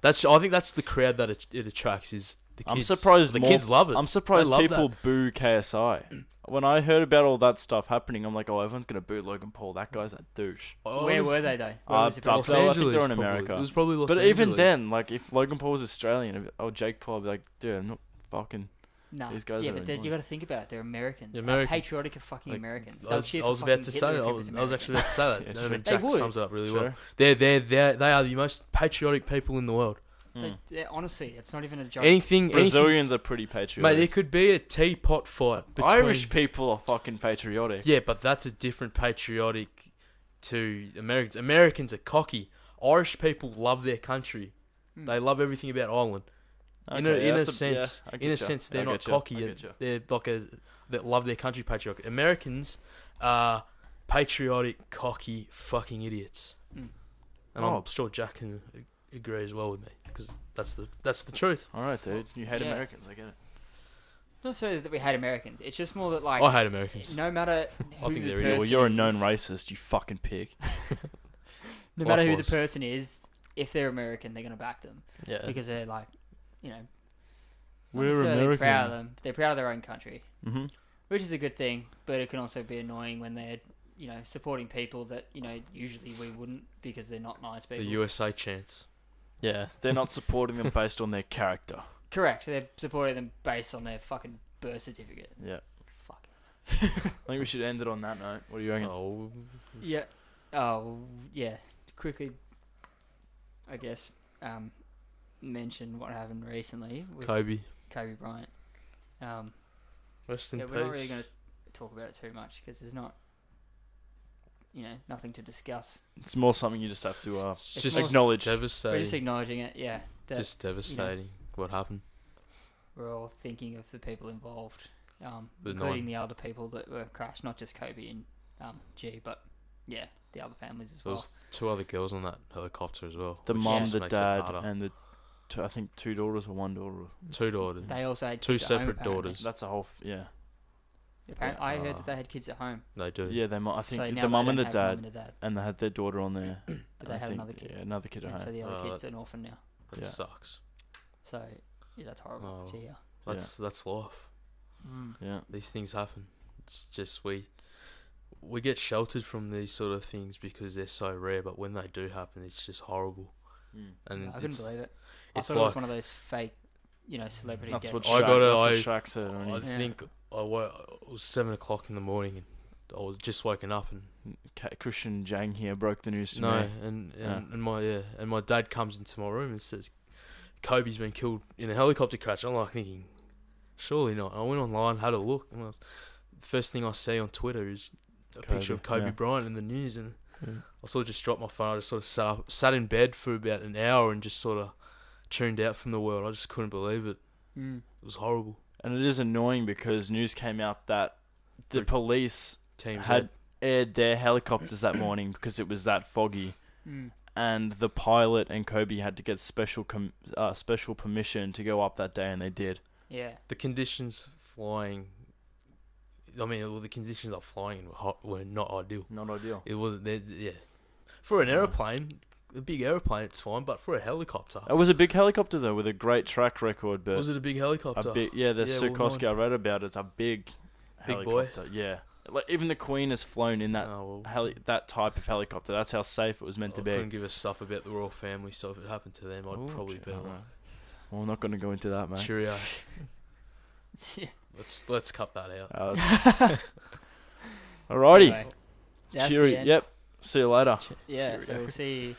Speaker 3: that's I think that's the crowd that it, it attracts is the kids.
Speaker 2: I'm surprised
Speaker 3: the
Speaker 2: more-
Speaker 3: kids love it.
Speaker 2: I'm surprised
Speaker 3: love
Speaker 2: people boo KSI. When I heard about all that stuff happening, I'm like, oh, everyone's gonna boo Logan Paul. That guy's a douche.
Speaker 3: I
Speaker 1: Where
Speaker 3: honestly-
Speaker 1: were they though? Where
Speaker 2: Uh,
Speaker 1: was it
Speaker 2: Los
Speaker 1: based?
Speaker 3: Los
Speaker 2: So Oh, I think
Speaker 3: Angeles.
Speaker 2: they're in
Speaker 3: probably.
Speaker 2: America.
Speaker 3: It was probably Los
Speaker 2: but
Speaker 3: Angeles.
Speaker 2: even then, like, if Logan Paul was Australian, oh, Jake Paul would be like, dude, I'm not fucking.
Speaker 1: Nah.
Speaker 2: These guys
Speaker 1: yeah,
Speaker 2: are
Speaker 1: but they- you
Speaker 2: annoying.
Speaker 1: got to think about it. They're Americans.
Speaker 3: They're
Speaker 1: How
Speaker 3: American.
Speaker 1: patriotic are fucking
Speaker 3: Like,
Speaker 1: Americans.
Speaker 3: I
Speaker 1: They'll
Speaker 3: was,
Speaker 1: cheer
Speaker 3: I
Speaker 1: for
Speaker 3: was about
Speaker 1: fucking
Speaker 3: to say
Speaker 1: Hitler
Speaker 3: that.
Speaker 1: if
Speaker 3: I
Speaker 1: he
Speaker 3: was, I was
Speaker 1: American.
Speaker 3: actually about to say that.
Speaker 2: Yeah,
Speaker 3: Nerman
Speaker 1: They
Speaker 3: Jack
Speaker 1: would.
Speaker 3: sums it up really well.
Speaker 2: Sure.
Speaker 3: They're, they're, they're, they are the most patriotic people in the world.
Speaker 1: They-
Speaker 3: Hmm.
Speaker 2: Mm.
Speaker 1: they're- honestly, it's not even a joke.
Speaker 3: Anything, anything
Speaker 2: Brazilians are pretty patriotic.
Speaker 3: mate, there could be a teapot fight between
Speaker 2: Irish people are fucking patriotic.
Speaker 3: Yeah, but that's a different patriotic to Americans. Americans are cocky. Irish people love their country.
Speaker 1: Mm.
Speaker 3: They love everything about Ireland. in a,
Speaker 2: Okay,
Speaker 3: in a
Speaker 2: that's yeah,
Speaker 3: sense,
Speaker 2: I
Speaker 3: in a
Speaker 2: getcha.
Speaker 3: sense,
Speaker 2: I
Speaker 3: they're not
Speaker 2: getcha. I
Speaker 3: cocky. and
Speaker 2: getcha.
Speaker 3: They're like a that love their country patriotic. Americans are patriotic, cocky, fucking idiots.
Speaker 1: Mm.
Speaker 3: And
Speaker 2: Oh.
Speaker 3: I'm sure Jack can a- agree as well with me because that's the that's the truth.
Speaker 2: All right, dude. You hate
Speaker 1: Yeah.
Speaker 2: Americans. I get it.
Speaker 1: Not necessarily that we hate Americans. It's just more that like
Speaker 3: I hate Americans.
Speaker 1: no matter who
Speaker 3: think
Speaker 1: the
Speaker 3: they're
Speaker 1: person
Speaker 3: evil.
Speaker 2: Well, you're a known
Speaker 1: is-
Speaker 2: racist. You fucking pig.
Speaker 1: No matter who the
Speaker 3: Likewise.
Speaker 1: person is, if they're American, they're gonna back them
Speaker 4: Yeah.
Speaker 1: because they're like, you know, not
Speaker 2: We're
Speaker 1: necessarily proud
Speaker 2: American.
Speaker 1: of them. They're proud of their own country,
Speaker 2: Mm-hmm.
Speaker 1: which is a good thing. But it can also be annoying when they're you know supporting people that you know usually we wouldn't because they're not nice
Speaker 3: The
Speaker 1: people.
Speaker 3: USA chance.
Speaker 4: Yeah.
Speaker 2: They're not supporting them based on their character.
Speaker 1: Correct. They're supporting them based on their fucking birth certificate.
Speaker 2: Yeah.
Speaker 1: Fuck.
Speaker 2: I think we should end it on that note. What do you reckon?
Speaker 3: Oh,
Speaker 1: Yeah. Oh, yeah. Quickly, I guess, um, mention what happened recently with
Speaker 3: Kobe.
Speaker 1: Kobe Bryant. Um,
Speaker 3: Rest in
Speaker 1: yeah,
Speaker 3: peace.
Speaker 1: we're not really going to talk about it too much because there's not, you know, nothing to discuss.
Speaker 2: It's more something you just have to uh,
Speaker 3: Oh, It's
Speaker 1: It's
Speaker 3: just
Speaker 1: more-
Speaker 2: acknowledge.
Speaker 1: We're
Speaker 3: devastating.
Speaker 1: just acknowledging it, yeah. That
Speaker 3: just devastating. What happened?
Speaker 1: we're all thinking of the people involved, um,
Speaker 3: The
Speaker 1: including
Speaker 3: nine.
Speaker 1: the other people that were crashed, not just Kobe and um, G, but yeah, the other families as
Speaker 3: There
Speaker 1: well.
Speaker 3: was two other girls on that helicopter as well.
Speaker 2: the
Speaker 3: which
Speaker 2: mum,
Speaker 3: just
Speaker 2: the
Speaker 3: makes it
Speaker 2: dad,
Speaker 3: harder.
Speaker 2: and the two, I think two daughters or one daughter.
Speaker 3: two daughters.
Speaker 1: They also had
Speaker 3: Two
Speaker 1: kids at home,
Speaker 3: separate
Speaker 1: apparently.
Speaker 3: daughters.
Speaker 2: That's a whole f- yeah
Speaker 1: Apparently, I heard
Speaker 3: Ah.
Speaker 1: that they had kids at home.
Speaker 3: They do.
Speaker 2: yeah. They mu-
Speaker 1: so
Speaker 2: I think
Speaker 1: now
Speaker 2: the
Speaker 1: they
Speaker 2: mum
Speaker 1: don't
Speaker 2: and the
Speaker 1: have
Speaker 2: dad,
Speaker 1: mum and the dad,
Speaker 2: and they had their daughter on there.
Speaker 1: but
Speaker 2: I
Speaker 1: they had
Speaker 2: think,
Speaker 1: another kid.
Speaker 2: Yeah, another kid at
Speaker 1: and so
Speaker 2: home.
Speaker 1: the other
Speaker 3: Oh,
Speaker 1: kid's an orphan now.
Speaker 3: That
Speaker 2: yeah.
Speaker 3: sucks.
Speaker 1: So yeah, that's horrible
Speaker 3: Oh.
Speaker 1: to hear.
Speaker 2: Yeah.
Speaker 3: That's that's life.
Speaker 2: Yeah,
Speaker 3: These things happen. It's just we we get sheltered from these sort of things because they're so rare. But when they do happen, it's just horrible.
Speaker 1: Hmm.
Speaker 2: Mm.
Speaker 3: And
Speaker 1: I couldn't
Speaker 3: it's-
Speaker 1: believe it. I
Speaker 3: it's
Speaker 1: thought it was
Speaker 3: like-
Speaker 1: one of those fake, you know, celebrity
Speaker 2: that's
Speaker 1: deaths.
Speaker 2: what
Speaker 3: I
Speaker 2: Shaq,
Speaker 3: gotta-
Speaker 2: that's what Shaq said. or
Speaker 3: I
Speaker 2: anything.
Speaker 1: Yeah.
Speaker 3: think I woke, it was seven o'clock in the morning and I was just woken up and
Speaker 2: Ca- Christian Jang here broke the news to
Speaker 3: No,
Speaker 2: me.
Speaker 3: and and,
Speaker 2: Yeah.
Speaker 3: and my yeah, and my dad comes into my room and says, "Kobe's been killed in a helicopter crash." I'm like thinking, surely not. I went online, had a look, and I was, first thing I see on Twitter is a picture of
Speaker 2: Kobe,
Speaker 3: Kobe
Speaker 2: yeah.
Speaker 3: Bryant in the news, and
Speaker 4: Mm.
Speaker 3: I sort of just dropped my phone. I just sort of sat up, sat in bed for about an hour and just sort of tuned out from the world. I just couldn't believe it.
Speaker 1: Mm.
Speaker 3: It was horrible.
Speaker 2: And it is annoying because news came out that the
Speaker 3: Freak.
Speaker 2: police
Speaker 3: Team
Speaker 2: had
Speaker 3: had
Speaker 2: aired their helicopters that morning because it was that foggy.
Speaker 1: Mm.
Speaker 2: and the pilot and Kobe had to get special com- uh, special permission to go up that day, and they did.
Speaker 1: Yeah,
Speaker 3: the conditions flying. I mean, well, the conditions of flying were, hot, were not ideal.
Speaker 2: Not ideal.
Speaker 3: It was they, yeah. For an aeroplane, a big aeroplane, it's fine. But for a helicopter,
Speaker 2: It was a big helicopter though, with a great track record, but
Speaker 3: was it a big helicopter?
Speaker 2: a big yeah. The
Speaker 3: Yeah, well, no
Speaker 2: Sikorsky I read about it's a big,
Speaker 3: Big boy.
Speaker 2: helicopter. Yeah, like even the Queen has flown in that
Speaker 3: oh, well,
Speaker 2: heli- that type of helicopter. That's how safe it was meant
Speaker 3: I
Speaker 2: to
Speaker 3: couldn't
Speaker 2: be.
Speaker 3: give a stuff about the royal family, so if it happened to them, I'd probably be like,
Speaker 2: Well, I'm not going to go into that, man.
Speaker 3: Cheerio.
Speaker 1: Yeah.
Speaker 3: Let's let's cut that out.
Speaker 2: Uh, alrighty.
Speaker 1: Anyway, that's the
Speaker 2: Cheery.
Speaker 1: end.
Speaker 2: Yep. See you later.
Speaker 1: Yeah, so
Speaker 3: Cheerio.
Speaker 1: we'll see you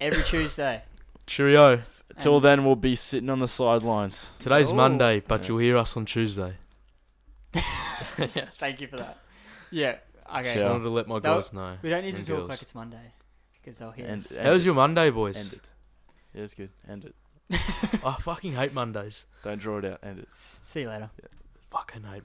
Speaker 1: every Tuesday.
Speaker 3: Cheerio.
Speaker 2: Till
Speaker 1: And-
Speaker 2: then, we'll be sitting on the sidelines.
Speaker 3: Today's
Speaker 1: Oh.
Speaker 3: Monday, but
Speaker 2: Yeah.
Speaker 3: you'll hear us on Tuesday.
Speaker 4: yes.
Speaker 1: Thank you for that. Yeah. Okay.
Speaker 3: Just
Speaker 2: Yeah.
Speaker 3: wanted to let my
Speaker 1: That
Speaker 3: guys know.
Speaker 1: We don't need to
Speaker 3: And
Speaker 1: talk
Speaker 3: girls.
Speaker 1: like it's Monday because they'll hear
Speaker 2: And-
Speaker 1: us.
Speaker 2: and-
Speaker 3: How was your
Speaker 2: it.
Speaker 3: Monday, boys?
Speaker 2: End it. Yeah, it's good. End it.
Speaker 3: uh, I fucking hate Mondays.
Speaker 2: Don't draw it out. End it.
Speaker 1: S- See you later.
Speaker 3: Fucking hate